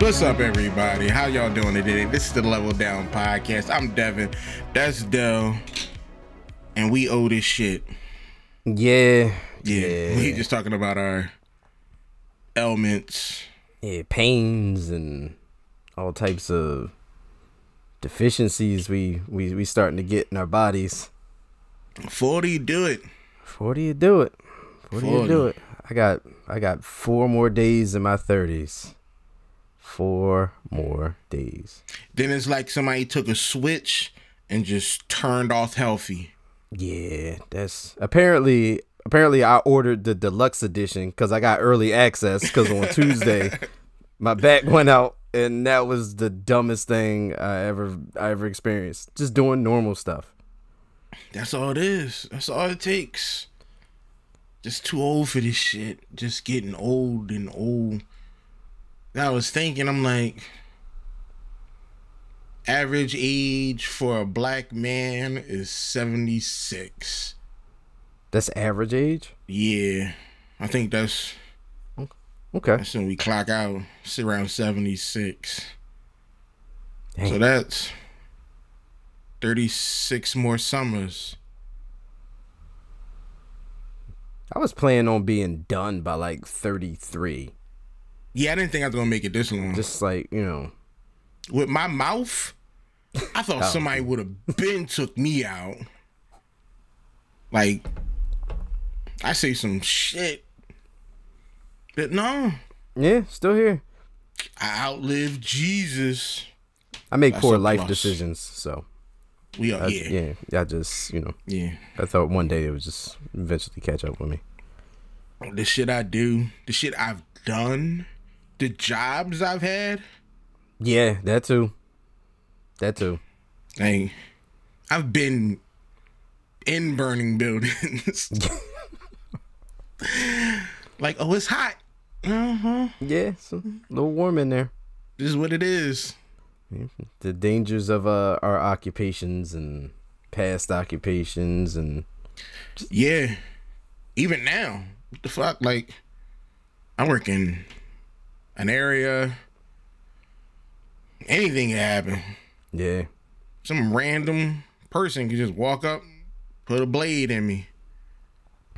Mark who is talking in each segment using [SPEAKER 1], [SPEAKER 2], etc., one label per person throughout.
[SPEAKER 1] What's up, everybody? How y'all doing today? This is the Level Down Podcast. I'm Devin. That's Dell. And we owe this shit.
[SPEAKER 2] Yeah.
[SPEAKER 1] Yeah. We
[SPEAKER 2] Yeah.
[SPEAKER 1] just talking about our ailments.
[SPEAKER 2] yeah, pains and all types of deficiencies we we we starting to get in our bodies.
[SPEAKER 1] 40 do it.
[SPEAKER 2] Forty to do it. Forty to
[SPEAKER 1] 40.
[SPEAKER 2] do it. I got I got four more days in my thirties. Four more days.
[SPEAKER 1] Then it's like somebody took a switch and just turned off healthy.
[SPEAKER 2] Yeah, that's apparently apparently I ordered the deluxe edition because I got early access because on Tuesday my back went out and that was the dumbest thing I ever I ever experienced. Just doing normal stuff.
[SPEAKER 1] That's all it is. That's all it takes. Just too old for this shit. Just getting old and old. Now I was thinking, I'm like, average age for a black man is 76.
[SPEAKER 2] That's average age.
[SPEAKER 1] Yeah. I think that's
[SPEAKER 2] Okay.
[SPEAKER 1] that's when we clock out. It's around 76. So
[SPEAKER 2] Dang.
[SPEAKER 1] that's 36 more summers.
[SPEAKER 2] I was planning on being done by like thirty three.
[SPEAKER 1] Yeah, I didn't think I was gonna make it this long.
[SPEAKER 2] Just like you know.
[SPEAKER 1] with my mouth, I thought somebody would have been took me out. Like, I say some shit, but no,
[SPEAKER 2] Yeah, still here.
[SPEAKER 1] I outlived Jesus.
[SPEAKER 2] I make
[SPEAKER 1] That's
[SPEAKER 2] poor
[SPEAKER 1] a
[SPEAKER 2] life
[SPEAKER 1] plus.
[SPEAKER 2] decisions, so
[SPEAKER 1] We are,
[SPEAKER 2] I,
[SPEAKER 1] yeah,
[SPEAKER 2] yeah. I just you know
[SPEAKER 1] yeah.
[SPEAKER 2] I thought one day it would just eventually catch up with me.
[SPEAKER 1] The shit I do, the shit I've done, the jobs I've had,
[SPEAKER 2] Yeah, that too. That too.
[SPEAKER 1] like, I've been in burning buildings. like, oh, it's hot. Uh-huh.
[SPEAKER 2] Yeah, it's a little warm in there.
[SPEAKER 1] This is what it is.
[SPEAKER 2] The dangers of uh, our occupations and past occupations and
[SPEAKER 1] Yeah. Even now. What the fuck? Like, I work in an area. Anything can happen.
[SPEAKER 2] yeah,
[SPEAKER 1] Some random person can just walk up, put a blade in me.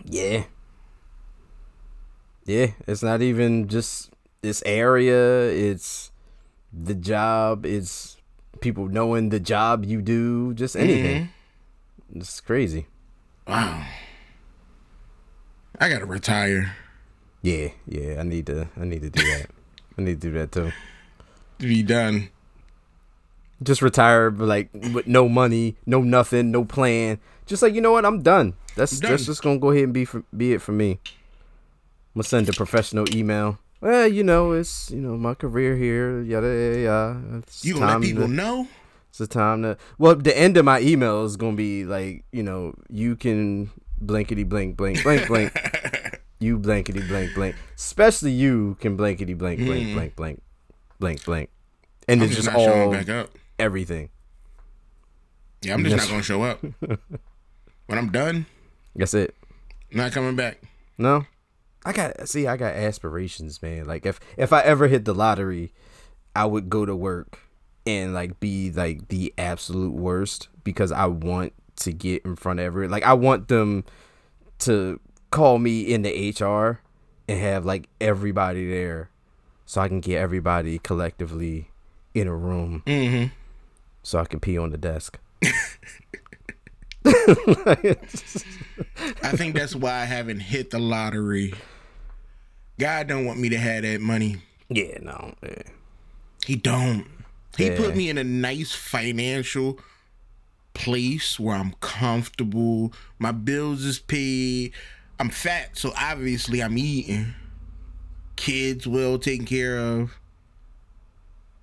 [SPEAKER 2] yeah, yeah. It's not even just this area. It's the job. It's people knowing the job you do. Just anything. It's crazy.
[SPEAKER 1] Wow. I gotta retire.
[SPEAKER 2] Yeah, yeah. I need to. I need to do that. I need to do that too.
[SPEAKER 1] To be done.
[SPEAKER 2] just retire but, like with no money, no nothing, no plan. Just like you know what, I'm done. That's
[SPEAKER 1] Done.
[SPEAKER 2] that's just gonna go ahead and be for, be it for me. I'm gonna send a professional email. Well, you know, it's you know my career here, yada yada. yada. It's
[SPEAKER 1] You gonna let
[SPEAKER 2] time to-
[SPEAKER 1] people know?
[SPEAKER 2] it's the time to. Well, the end of my email is gonna be like you know you can blankety blank blank blank blank. You blankety blank blank. Especially you can blankety blank blank blank blank blank blank. And
[SPEAKER 1] Mm. I'm
[SPEAKER 2] it's
[SPEAKER 1] just
[SPEAKER 2] just
[SPEAKER 1] not showing
[SPEAKER 2] all
[SPEAKER 1] back up.
[SPEAKER 2] everything.
[SPEAKER 1] Yeah, I'm just not
[SPEAKER 2] That's-
[SPEAKER 1] gonna show up. when I'm done,
[SPEAKER 2] That's it.
[SPEAKER 1] not coming back.
[SPEAKER 2] No. I got see, I got aspirations, man. Like if if I ever hit the lottery, I would go to work and like be like the absolute worst because I want to get in front of everyone. Like I want them to call me in the HR and have like everybody there so I can get everybody collectively in a room
[SPEAKER 1] Mm-hmm.
[SPEAKER 2] so I can pee on the desk.
[SPEAKER 1] I think that's why I haven't hit the lottery. God don't want me to have that money.
[SPEAKER 2] Yeah, no. Yeah.
[SPEAKER 1] He don't. He
[SPEAKER 2] Yeah.
[SPEAKER 1] put me in a nice financial place where I'm comfortable. My bills is paid. I'm fat, so obviously I'm eating. Kids well taken care of.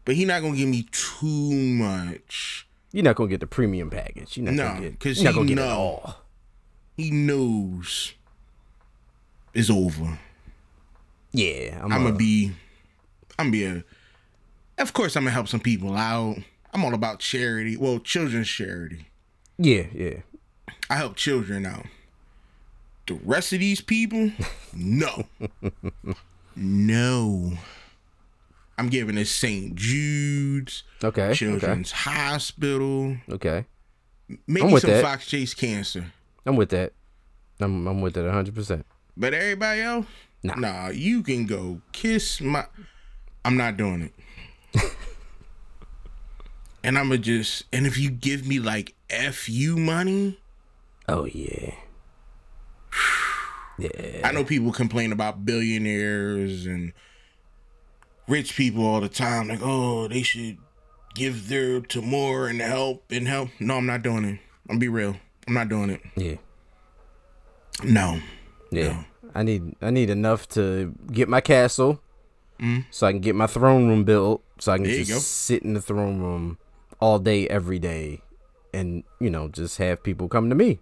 [SPEAKER 1] But he not gonna give me too much.
[SPEAKER 2] You're not gonna get the premium package. You're not
[SPEAKER 1] No,
[SPEAKER 2] gonna get
[SPEAKER 1] 'cause
[SPEAKER 2] you're not
[SPEAKER 1] he
[SPEAKER 2] gonna get it
[SPEAKER 1] know.
[SPEAKER 2] all.
[SPEAKER 1] He knows it's over.
[SPEAKER 2] Yeah, I'm,
[SPEAKER 1] I'm
[SPEAKER 2] a-
[SPEAKER 1] gonna be, I'm gonna be a. Of course, I'm gonna help some people out. I'm all about charity. Well, children's charity.
[SPEAKER 2] Yeah, yeah.
[SPEAKER 1] I help children out. The rest of these people, no, no. I'm giving it St. Jude's,
[SPEAKER 2] Okay. Okay.
[SPEAKER 1] Children's Hospital,
[SPEAKER 2] Okay.
[SPEAKER 1] maybe
[SPEAKER 2] with
[SPEAKER 1] some
[SPEAKER 2] that.
[SPEAKER 1] Fox Chase Cancer.
[SPEAKER 2] I'm with that. I'm I'm with that 100. percent
[SPEAKER 1] But everybody else,
[SPEAKER 2] Nah.
[SPEAKER 1] nah, you can go kiss my. I'm not doing it. and I'm gonna just, and if you give me like fu money,
[SPEAKER 2] Oh yeah. Yeah.
[SPEAKER 1] I know people complain about billionaires and rich people all the time. Like, oh, they should give their to more and help and help. No, I'm not doing it. I'm be real. I'm not doing it.
[SPEAKER 2] Yeah.
[SPEAKER 1] No.
[SPEAKER 2] Yeah. I need I need enough to get my castle, so I can get my throne room built, so I can
[SPEAKER 1] There you
[SPEAKER 2] just
[SPEAKER 1] go.
[SPEAKER 2] sit in the throne room all day every day, and you know just have people come to me.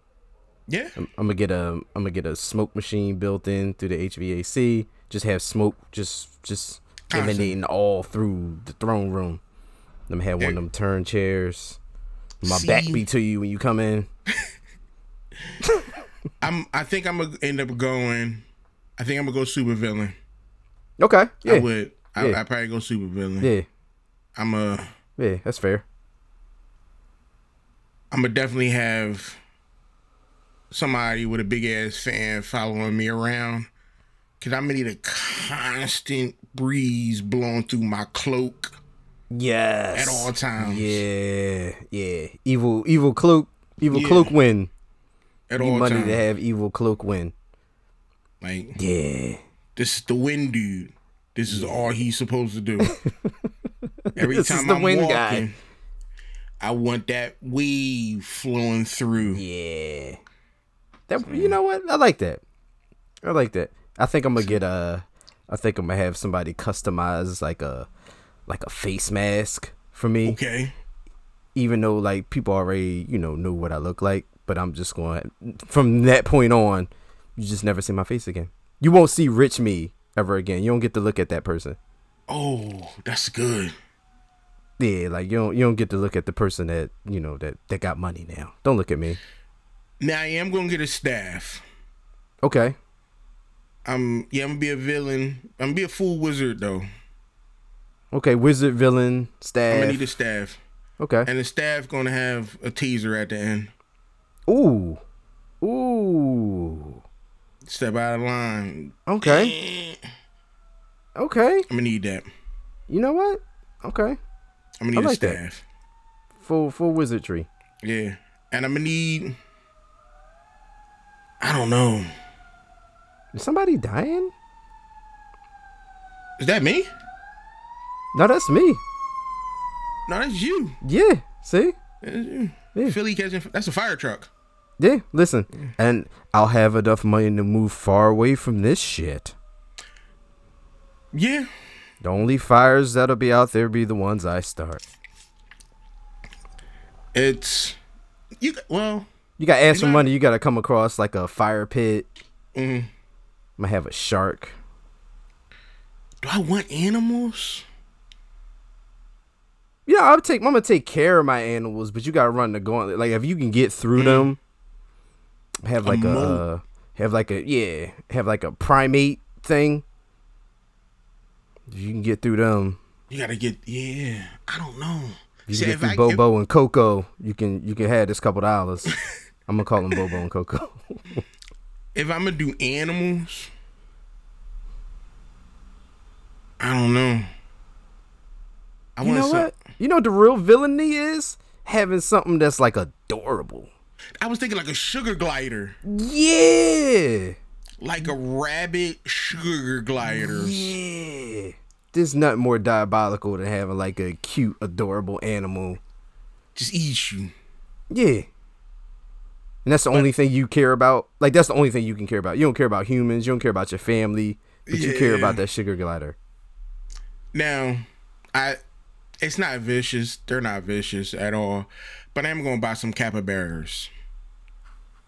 [SPEAKER 1] Yeah.
[SPEAKER 2] I'm gonna get a I'm gonna get a smoke machine built in through the HVAC. Just have smoke just just
[SPEAKER 1] Constant.
[SPEAKER 2] emanating all through the throne room. Them have one of them turn chairs. My back
[SPEAKER 1] See?
[SPEAKER 2] be to you when you come in.
[SPEAKER 1] I'm. I think I'm gonna end up going. I think I'm gonna go super villain.
[SPEAKER 2] Okay. Yeah.
[SPEAKER 1] I would. I,
[SPEAKER 2] Yeah.
[SPEAKER 1] I'd probably go super villain.
[SPEAKER 2] Yeah.
[SPEAKER 1] I'm a.
[SPEAKER 2] Yeah. That's fair.
[SPEAKER 1] I'm gonna definitely have somebody with a big ass fan following me around. Cause I'm gonna need a constant breeze blowing through my cloak
[SPEAKER 2] Yes.
[SPEAKER 1] at all times.
[SPEAKER 2] Yeah. Yeah. Evil. Evil cloak. Evil
[SPEAKER 1] Yeah.
[SPEAKER 2] cloak win.
[SPEAKER 1] At
[SPEAKER 2] Need
[SPEAKER 1] all
[SPEAKER 2] money
[SPEAKER 1] times.
[SPEAKER 2] to have evil cloak win.
[SPEAKER 1] Like
[SPEAKER 2] Yeah.
[SPEAKER 1] this is the wind dude. This is all he's supposed to do. Every
[SPEAKER 2] This is
[SPEAKER 1] time
[SPEAKER 2] the
[SPEAKER 1] I'm
[SPEAKER 2] wind
[SPEAKER 1] walking,
[SPEAKER 2] guy.
[SPEAKER 1] I want that wave flowing through.
[SPEAKER 2] Yeah. That you know what? I like that. I like that. I think I'm gonna get a. I think I'm gonna have somebody customize like a, like a face mask for me.
[SPEAKER 1] Okay.
[SPEAKER 2] Even though like people already you know know what I look like, but I'm just going from that point on. You just never see my face again. You won't see rich me ever again. You don't get to look at that person.
[SPEAKER 1] Oh, that's good.
[SPEAKER 2] Yeah, like you don't you don't get to look at the person that you know that that got money now. Don't look at me.
[SPEAKER 1] Now I am gonna get a staff.
[SPEAKER 2] Okay.
[SPEAKER 1] I'm yeah, I'm gonna be a villain. I'm gonna be a fool wizard though.
[SPEAKER 2] Okay. Wizard villain
[SPEAKER 1] I'm gonna
[SPEAKER 2] staff.
[SPEAKER 1] need a staff,
[SPEAKER 2] okay.
[SPEAKER 1] and the staff gonna have a teaser at the end.
[SPEAKER 2] Ooh. Ooh.
[SPEAKER 1] Step out of line.
[SPEAKER 2] Okay.
[SPEAKER 1] I'm
[SPEAKER 2] Okay.
[SPEAKER 1] gonna need that.
[SPEAKER 2] You know what? Okay.
[SPEAKER 1] I'm gonna
[SPEAKER 2] I
[SPEAKER 1] need
[SPEAKER 2] like
[SPEAKER 1] a
[SPEAKER 2] that.
[SPEAKER 1] staff.
[SPEAKER 2] Full full wizardry.
[SPEAKER 1] Yeah, and I'm gonna need. I don't know.
[SPEAKER 2] Is somebody dying?
[SPEAKER 1] Is that me?
[SPEAKER 2] No, that's me.
[SPEAKER 1] No, that's you.
[SPEAKER 2] Yeah. See?
[SPEAKER 1] That's you.
[SPEAKER 2] Yeah.
[SPEAKER 1] Philly catching. That's a fire truck.
[SPEAKER 2] Yeah, listen. And I'll have enough money to move far away from this shit.
[SPEAKER 1] Yeah.
[SPEAKER 2] The only fires that'll be out there be the ones I start.
[SPEAKER 1] It's you. Well,
[SPEAKER 2] You gotta ask for
[SPEAKER 1] know-
[SPEAKER 2] money, you gotta come across like a fire pit.
[SPEAKER 1] mm,
[SPEAKER 2] I'm gonna have a shark.
[SPEAKER 1] do I want animals?
[SPEAKER 2] Yeah, I'll take. I'm gonna take care of my animals, but you gotta run the gauntlet. Like if you can get through them, have like a,
[SPEAKER 1] moat.
[SPEAKER 2] have like a yeah, have like a primate thing. If you can get through them,
[SPEAKER 1] You gotta get. Yeah. I don't know.
[SPEAKER 2] if you
[SPEAKER 1] See,
[SPEAKER 2] can
[SPEAKER 1] if
[SPEAKER 2] get through
[SPEAKER 1] I- if-
[SPEAKER 2] Bobo and Coco. You can you can have this couple dollars. I'm gonna call them Bobo and Coco.
[SPEAKER 1] if I'm gonna do animals, I don't know. I
[SPEAKER 2] You
[SPEAKER 1] want
[SPEAKER 2] know
[SPEAKER 1] some,
[SPEAKER 2] what? You know what the real villainy is having something that's like adorable.
[SPEAKER 1] I was thinking like a sugar glider,
[SPEAKER 2] Yeah.
[SPEAKER 1] like a rabbit sugar glider.
[SPEAKER 2] Yeah. There's nothing more diabolical than having like a cute, adorable animal.
[SPEAKER 1] Just eat you.
[SPEAKER 2] Yeah. And that's the only thing you care about. Like that's the only thing you can care about. You don't care about humans. You don't care about your family. But you care
[SPEAKER 1] Yeah.
[SPEAKER 2] about that sugar glider.
[SPEAKER 1] Now, I it's not vicious. They're not vicious at all. But I'm gonna buy some capybaras.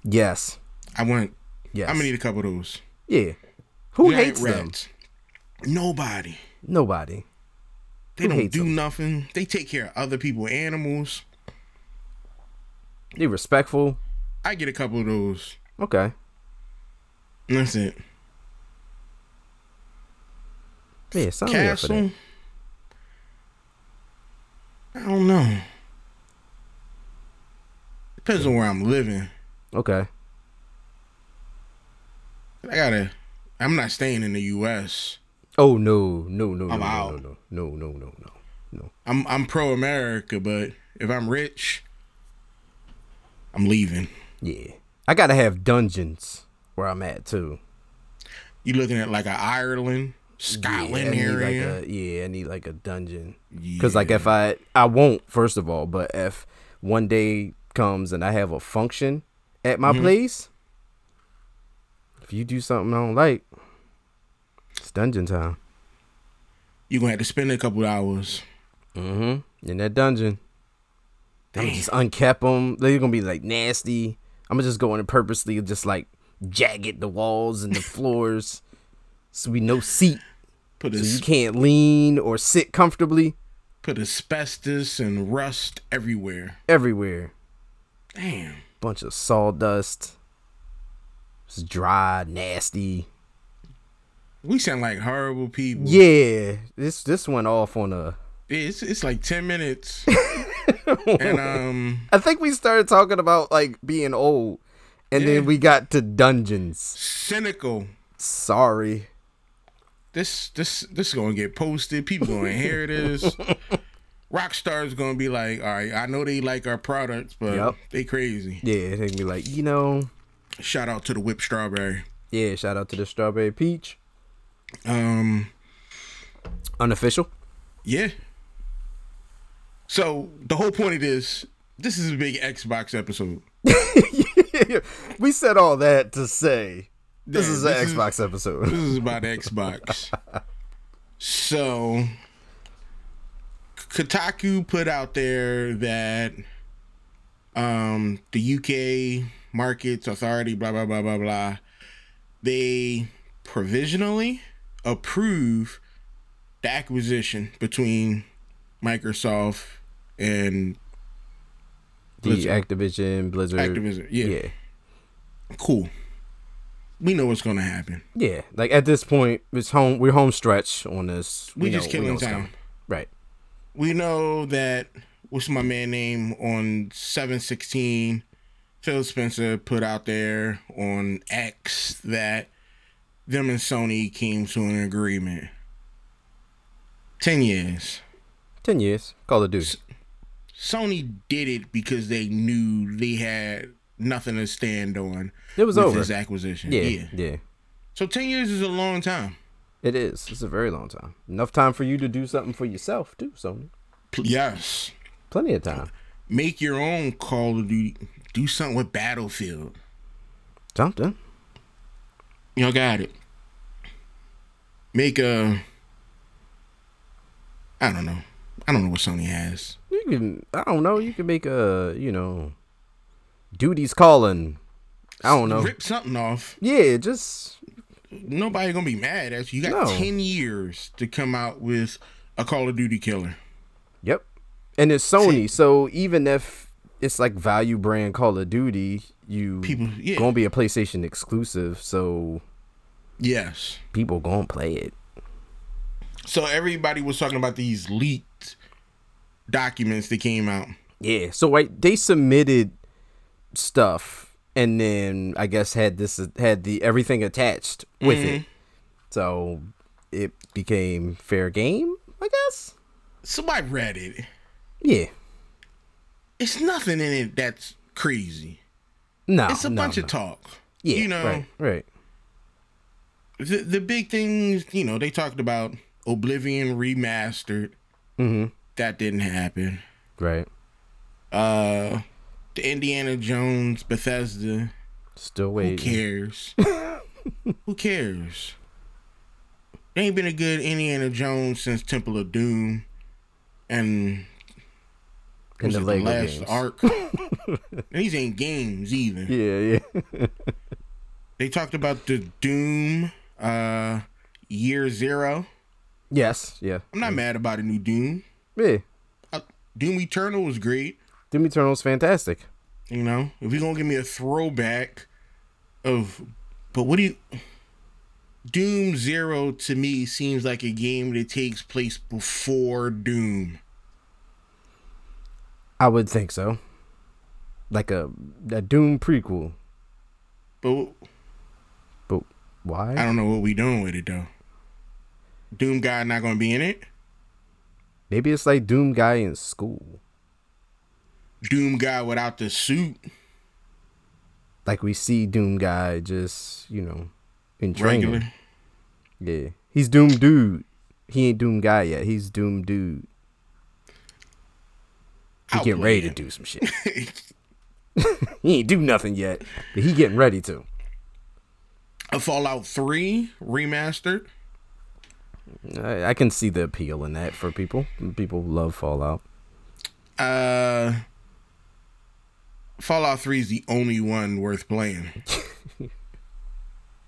[SPEAKER 2] Yes.
[SPEAKER 1] I want.
[SPEAKER 2] Yes.
[SPEAKER 1] I'm gonna need a couple of those.
[SPEAKER 2] yeah. Who
[SPEAKER 1] Giant
[SPEAKER 2] hates them?
[SPEAKER 1] rats. Nobody.
[SPEAKER 2] Nobody.
[SPEAKER 1] They
[SPEAKER 2] Who
[SPEAKER 1] don't
[SPEAKER 2] hates
[SPEAKER 1] do
[SPEAKER 2] them?
[SPEAKER 1] nothing. They take care of other people, animals.
[SPEAKER 2] They respectful.
[SPEAKER 1] I get a couple of those.
[SPEAKER 2] Okay.
[SPEAKER 1] And That's it.
[SPEAKER 2] Yeah. Sign me up for that.
[SPEAKER 1] Castle. know. Depends on where I'm living.
[SPEAKER 2] Okay.
[SPEAKER 1] I gotta. I'm not staying in the U.S.
[SPEAKER 2] Oh no, no, no, no,
[SPEAKER 1] I'm
[SPEAKER 2] no,
[SPEAKER 1] out.
[SPEAKER 2] no, no, no, no, no, no, no.
[SPEAKER 1] I'm I'm pro America, but if I'm rich, I'm leaving.
[SPEAKER 2] Yeah, I gotta have dungeons where I'm at too.
[SPEAKER 1] You looking at like a Ireland,
[SPEAKER 2] yeah, I
[SPEAKER 1] Scotland
[SPEAKER 2] need
[SPEAKER 1] area?
[SPEAKER 2] Like a, yeah, I need like a dungeon. Because like
[SPEAKER 1] Yeah.
[SPEAKER 2] if I I won't first of all, but if one day comes and I have a function at my place, if you do something I don't like, it's dungeon time.
[SPEAKER 1] you gonna have to spend a couple hours.
[SPEAKER 2] Mm-hmm. In that dungeon, I'm just uncap them. They're gonna be like nasty. I'm gonna just go in and purposely just like jagged the walls and the floors, so we no seat,
[SPEAKER 1] Put
[SPEAKER 2] so you
[SPEAKER 1] as,
[SPEAKER 2] can't lean or sit comfortably
[SPEAKER 1] put asbestos and rust everywhere.
[SPEAKER 2] everywhere.
[SPEAKER 1] Damn.
[SPEAKER 2] bunch of sawdust. It's dry, nasty.
[SPEAKER 1] We sound like horrible people.
[SPEAKER 2] Yeah, this this went off on a.
[SPEAKER 1] It's it's like ten minutes. and um
[SPEAKER 2] I think we started talking about like being old, and
[SPEAKER 1] Yeah.
[SPEAKER 2] then we got to dungeons.
[SPEAKER 1] cynical.
[SPEAKER 2] Sorry.
[SPEAKER 1] This this this is gonna get posted. People gonna hear this. Rockstar's gonna be like, all right, I know they like our products, but
[SPEAKER 2] Yep.
[SPEAKER 1] they crazy.
[SPEAKER 2] Yeah, they can be like, you know,
[SPEAKER 1] Shout out to the whipped strawberry.
[SPEAKER 2] yeah. Shout out to the strawberry peach.
[SPEAKER 1] Um
[SPEAKER 2] Unofficial.
[SPEAKER 1] Yeah. So the whole point of this, this is a big Xbox episode.
[SPEAKER 2] we said all that to say this
[SPEAKER 1] Yeah,
[SPEAKER 2] is an
[SPEAKER 1] this is-
[SPEAKER 2] Xbox episode.
[SPEAKER 1] This is about Xbox. So Kotaku put out there that um the UK markets authority blah blah blah blah blah they provisionally approve the acquisition between Microsoft and
[SPEAKER 2] The Activision Blizzard.
[SPEAKER 1] Activision. Yeah.
[SPEAKER 2] Yeah.
[SPEAKER 1] Cool. We know what's gonna happen.
[SPEAKER 2] Yeah, like at this point, it's home. We're home stretch on this.
[SPEAKER 1] We just killing
[SPEAKER 2] know what's
[SPEAKER 1] time.
[SPEAKER 2] coming. right?
[SPEAKER 1] We know that what's my man name on seven sixteen, Phil Spencer put out there on X that them and Sony came to an agreement. Ten years.
[SPEAKER 2] Ten years. Call of Duty.
[SPEAKER 1] Sony did it because they knew they had nothing to stand on.
[SPEAKER 2] It was
[SPEAKER 1] with
[SPEAKER 2] over.
[SPEAKER 1] this acquisition.
[SPEAKER 2] yeah,
[SPEAKER 1] yeah.
[SPEAKER 2] yeah,
[SPEAKER 1] So ten years is a long time.
[SPEAKER 2] It is. It's a very long time. Enough time for you to do something for yourself too, Sony.
[SPEAKER 1] Pl- Yes.
[SPEAKER 2] Plenty of time.
[SPEAKER 1] make your own Call of Duty. Do something with Battlefield.
[SPEAKER 2] Something.
[SPEAKER 1] Y'all got it. Make a. I don't know. I don't know what Sony has.
[SPEAKER 2] You can. I don't know. You can make a. You know. Duties calling. I don't know.
[SPEAKER 1] Rip something off.
[SPEAKER 2] Yeah, just
[SPEAKER 1] Nobody gonna be mad at you. You got
[SPEAKER 2] No.
[SPEAKER 1] ten years to come out with a Call of Duty killer.
[SPEAKER 2] Yep. And it's Sony, so even if it's like value brand Call of Duty, you
[SPEAKER 1] People- yeah.
[SPEAKER 2] gonna be a PlayStation exclusive, so
[SPEAKER 1] Yes.
[SPEAKER 2] people gonna play it.
[SPEAKER 1] So everybody was talking about these leaked documents that came out.
[SPEAKER 2] Yeah. So like they submitted stuff and then I guess had this had the everything attached with
[SPEAKER 1] Mm-hmm.
[SPEAKER 2] it. So it became fair game, I guess.
[SPEAKER 1] Somebody read it.
[SPEAKER 2] Yeah.
[SPEAKER 1] It's nothing in it that's crazy.
[SPEAKER 2] No.
[SPEAKER 1] It's a
[SPEAKER 2] no,
[SPEAKER 1] bunch
[SPEAKER 2] no.
[SPEAKER 1] of talk.
[SPEAKER 2] yeah,
[SPEAKER 1] You know.
[SPEAKER 2] Right, right.
[SPEAKER 1] the the big things, you know, they talked about Oblivion remastered.
[SPEAKER 2] Mm-hmm.
[SPEAKER 1] That didn't happen.
[SPEAKER 2] Right.
[SPEAKER 1] Uh the Indiana Jones Bethesda.
[SPEAKER 2] Still
[SPEAKER 1] Who
[SPEAKER 2] waiting.
[SPEAKER 1] cares? Who cares? There ain't been a good Indiana Jones since Temple of Doom, and
[SPEAKER 2] And
[SPEAKER 1] was
[SPEAKER 2] the
[SPEAKER 1] it
[SPEAKER 2] Lego
[SPEAKER 1] last
[SPEAKER 2] games.
[SPEAKER 1] Ark. And These ain't games either.
[SPEAKER 2] Yeah, yeah.
[SPEAKER 1] They talked about the Doom, uh, Year Zero.
[SPEAKER 2] yes, yeah.
[SPEAKER 1] I'm not mad about a new Doom.
[SPEAKER 2] Yeah.
[SPEAKER 1] uh, Doom Eternal was great.
[SPEAKER 2] Doom Eternal's fantastic.
[SPEAKER 1] You know, if you're gonna give me a throwback of, but what do you? Doom Zero to me seems like a game that takes place before Doom.
[SPEAKER 2] I would think so. Like a a Doom prequel,
[SPEAKER 1] But
[SPEAKER 2] but
[SPEAKER 1] I
[SPEAKER 2] why?
[SPEAKER 1] don't know what we doing with it though. Doom guy not gonna be in it.
[SPEAKER 2] Maybe it's like Doom guy in school,
[SPEAKER 1] Doom guy without the suit,
[SPEAKER 2] like we see Doom guy just you know in training.
[SPEAKER 1] regular.
[SPEAKER 2] Yeah, he's Doom dude. He ain't Doom guy yet. He's Doom dude. He
[SPEAKER 1] I'll
[SPEAKER 2] getting
[SPEAKER 1] play
[SPEAKER 2] ready to
[SPEAKER 1] it.
[SPEAKER 2] do some shit. he ain't do nothing yet, but he getting ready to.
[SPEAKER 1] A Fallout Three remastered.
[SPEAKER 2] I, I can see the appeal in that for people. People love Fallout.
[SPEAKER 1] Uh, Fallout Three is the only one worth playing.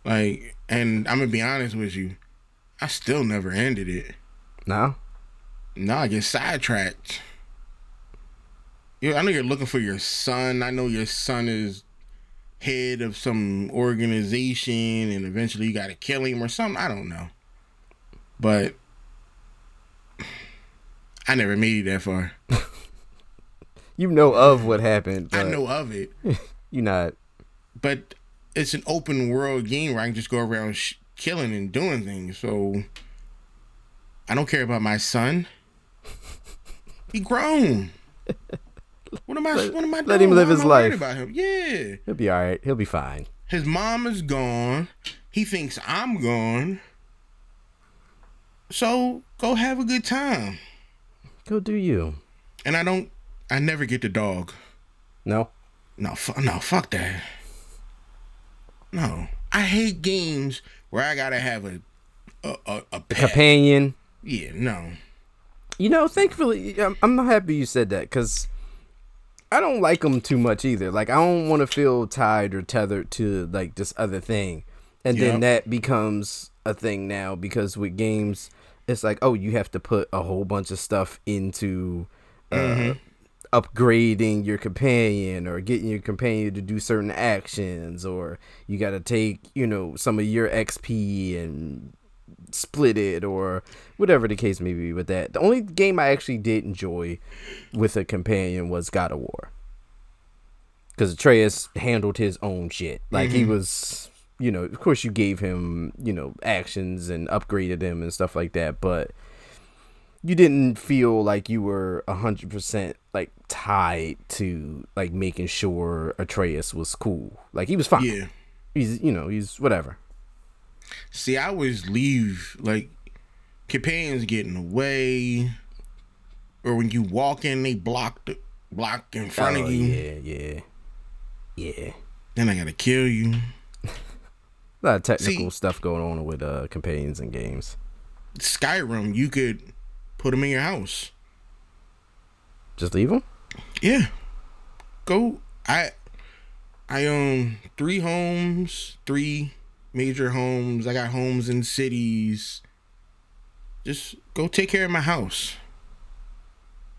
[SPEAKER 1] like, and I'm gonna be honest with you, I still never ended it.
[SPEAKER 2] Nah,
[SPEAKER 1] Nah, I get sidetracked. Yeah, I know you're looking for your son. I know your son is head of some organization, and eventually you got to kill him or something. I don't know, but I never made it that far.
[SPEAKER 2] you know of what happened.
[SPEAKER 1] I
[SPEAKER 2] but
[SPEAKER 1] know of it,
[SPEAKER 2] you not.
[SPEAKER 1] but it's an open world game where I can just go around sh- killing and doing things. So I don't care about my son. He grown. What am I? what am I?
[SPEAKER 2] let
[SPEAKER 1] doing?
[SPEAKER 2] him live
[SPEAKER 1] Why am
[SPEAKER 2] his
[SPEAKER 1] I worried
[SPEAKER 2] life.
[SPEAKER 1] About him. Yeah,
[SPEAKER 2] He'll be all right. He'll be fine.
[SPEAKER 1] his mom is gone. He thinks I'm gone. So go have a good time.
[SPEAKER 2] Go do you.
[SPEAKER 1] And I don't. I never get the dog.
[SPEAKER 2] No,
[SPEAKER 1] No, fu- no, fuck that. No, I hate games where I gotta have a a a, a pet.
[SPEAKER 2] companion.
[SPEAKER 1] yeah, no.
[SPEAKER 2] You know, thankfully, I'm, I'm not happy you said that because I don't like them too much either. Like, I don't want to feel tied or tethered to like this other thing, and
[SPEAKER 1] Yep.
[SPEAKER 2] then that becomes a thing now because with games, it's like, oh, you have to put a whole bunch of stuff into uh, upgrading your companion or getting your companion to do certain actions, or you got to take you know some of your XP and split it or whatever the case may be with that. The only game I actually did enjoy with a companion was God of War. Because Atreus handled his own shit. Like he was, you know, of course you gave him, you know, actions and upgraded him and stuff like that, but you didn't feel like you were 100% like tied to like making sure Atreus was cool. Like he was fine.
[SPEAKER 1] Yeah.
[SPEAKER 2] He's, you know, he's whatever.
[SPEAKER 1] See, I always leave like companions get in the way, or when you walk in, they block the block in front
[SPEAKER 2] Oh,
[SPEAKER 1] of you.
[SPEAKER 2] yeah, yeah. Yeah.
[SPEAKER 1] Then I gotta kill you.
[SPEAKER 2] A lot of technical
[SPEAKER 1] See-
[SPEAKER 2] stuff going on with uh companions and games.
[SPEAKER 1] Skyrim, you could put them in your house.
[SPEAKER 2] Just leave them.
[SPEAKER 1] Yeah. Go. I I own three homes, three major homes. I got homes in cities. Just go take care of my house.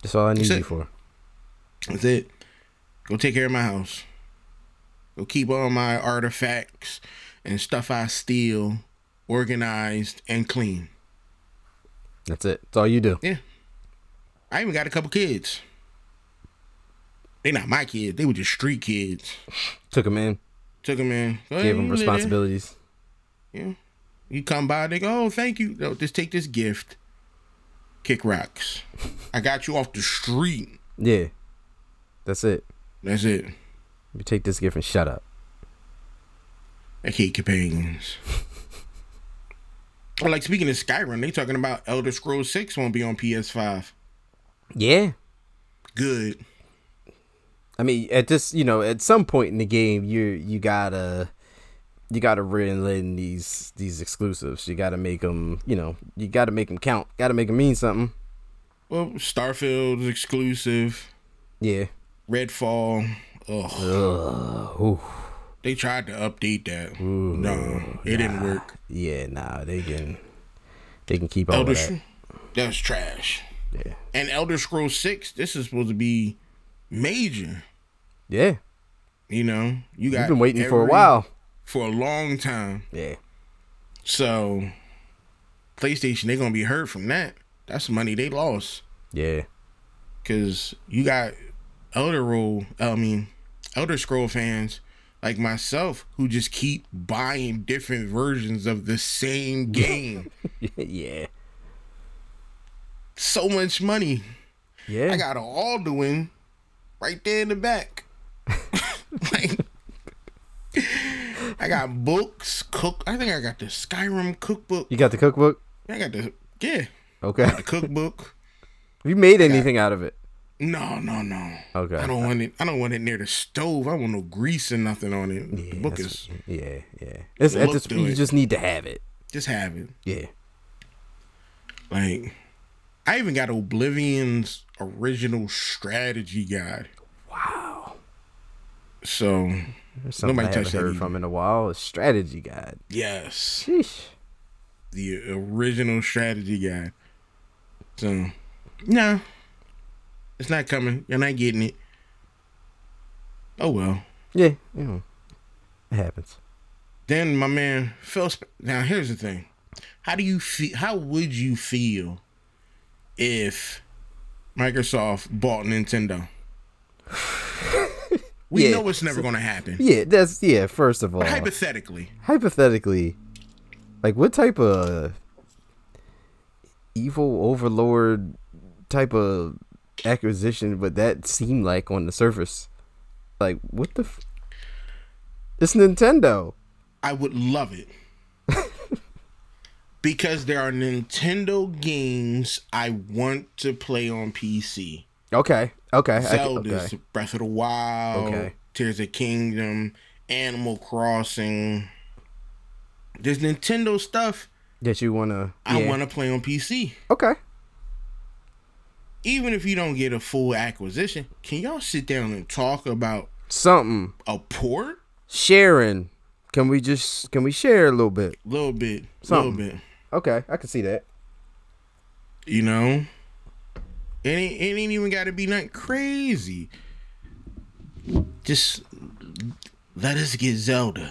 [SPEAKER 2] That's all I need
[SPEAKER 1] So-
[SPEAKER 2] you for.
[SPEAKER 1] That's it. Go take care of my house. Go keep all my artifacts and stuff I steal organized and clean.
[SPEAKER 2] That's it. That's all you do.
[SPEAKER 1] Yeah. I even got a couple kids. They not my kids. They were just street kids.
[SPEAKER 2] Took them in,
[SPEAKER 1] Took them in. Go ahead,
[SPEAKER 2] gave them
[SPEAKER 1] you live there.
[SPEAKER 2] responsibilities.
[SPEAKER 1] Yeah. You come by, they go, oh, thank you. No, just take this gift. Kick rocks. I got you off the street.
[SPEAKER 2] Yeah, that's it.
[SPEAKER 1] That's it.
[SPEAKER 2] You take this gift and shut up.
[SPEAKER 1] I hate companions. Well, like speaking of Skyrim, they talking about Elder Scrolls 6 won't be on PS5.
[SPEAKER 2] Yeah.
[SPEAKER 1] Good.
[SPEAKER 2] I mean, at this, you know, at some point in the game, you you gotta you gotta reel in these these exclusives. You gotta make them, you know, you gotta make them count. Gotta make them mean something.
[SPEAKER 1] Well, Starfield is exclusive.
[SPEAKER 2] Yeah.
[SPEAKER 1] Redfall. Ugh.
[SPEAKER 2] Ugh. Ooh.
[SPEAKER 1] They tried to update that. no, it didn't work.
[SPEAKER 2] Yeah. Nah. They can they can keep all
[SPEAKER 1] Elder
[SPEAKER 2] of that.
[SPEAKER 1] Scrolls. That was trash.
[SPEAKER 2] Yeah.
[SPEAKER 1] And Elder Scrolls 6, this is supposed to be major.
[SPEAKER 2] Yeah.
[SPEAKER 1] You know, you got
[SPEAKER 2] You've been waiting for a
[SPEAKER 1] every-
[SPEAKER 2] while.
[SPEAKER 1] for a long time.
[SPEAKER 2] Yeah.
[SPEAKER 1] So PlayStation, they're gonna be hurt from that. That's money they lost
[SPEAKER 2] Yeah.
[SPEAKER 1] because you got Elder Roll, I mean, Elder Scroll fans like myself who just keep buying different versions of the same game.
[SPEAKER 2] yeah.
[SPEAKER 1] so much money.
[SPEAKER 2] Yeah.
[SPEAKER 1] I got an Alduin right there in the back. like, I got books, cook. I think I got the Skyrim cookbook.
[SPEAKER 2] you got the cookbook?
[SPEAKER 1] I got the yeah,
[SPEAKER 2] Okay.
[SPEAKER 1] the cookbook.
[SPEAKER 2] you made anything out of it?
[SPEAKER 1] No, no, no.
[SPEAKER 2] Okay.
[SPEAKER 1] I don't want it. I don't want it near the stove. I want no grease and nothing on it. the book is
[SPEAKER 2] that's- Yeah, yeah. It's, at
[SPEAKER 1] Look
[SPEAKER 2] this,
[SPEAKER 1] to
[SPEAKER 2] you
[SPEAKER 1] it.
[SPEAKER 2] just need to have it.
[SPEAKER 1] just have it.
[SPEAKER 2] Yeah.
[SPEAKER 1] Like, I even got Oblivion's original strategy guide.
[SPEAKER 2] Wow.
[SPEAKER 1] So
[SPEAKER 2] There's something
[SPEAKER 1] Nobody
[SPEAKER 2] I haven't
[SPEAKER 1] touched that
[SPEAKER 2] heard
[SPEAKER 1] either.
[SPEAKER 2] from in a while. A strategy guide.
[SPEAKER 1] yes,
[SPEAKER 2] Sheesh.
[SPEAKER 1] the original strategy guy. So, no, it's not coming. You're not getting it. Oh well.
[SPEAKER 2] Yeah. You know, it happens.
[SPEAKER 1] Then my man Phil. Sp- now here's the thing. How do you feel? How would you feel if Microsoft bought Nintendo? We
[SPEAKER 2] Yeah,
[SPEAKER 1] know it's never going to happen.
[SPEAKER 2] Yeah, that's, yeah, first of all.
[SPEAKER 1] Hypothetically,
[SPEAKER 2] hypothetically, like what type of evil overlord type of acquisition would that seem like on the surface? Like what the? F- it's Nintendo.
[SPEAKER 1] I would love it. because there are Nintendo games I want to play on PC.
[SPEAKER 2] Okay. Okay. I c-
[SPEAKER 1] Zelda's
[SPEAKER 2] okay.
[SPEAKER 1] Breath of the Wild,
[SPEAKER 2] Okay.
[SPEAKER 1] Tears of Kingdom, Animal Crossing. There's Nintendo stuff
[SPEAKER 2] That you wanna?
[SPEAKER 1] I
[SPEAKER 2] yeah.
[SPEAKER 1] want to play on PC.
[SPEAKER 2] Okay.
[SPEAKER 1] Even if you don't get a full acquisition, can y'all sit down and talk about
[SPEAKER 2] Something
[SPEAKER 1] a port?
[SPEAKER 2] sharing. Can we just? Can we share a little bit?
[SPEAKER 1] A little bit. A little
[SPEAKER 2] Something.
[SPEAKER 1] bit.
[SPEAKER 2] Okay, I can see that.
[SPEAKER 1] You know, it ain't, it ain't even got to be nothing crazy. Just let us get Zelda.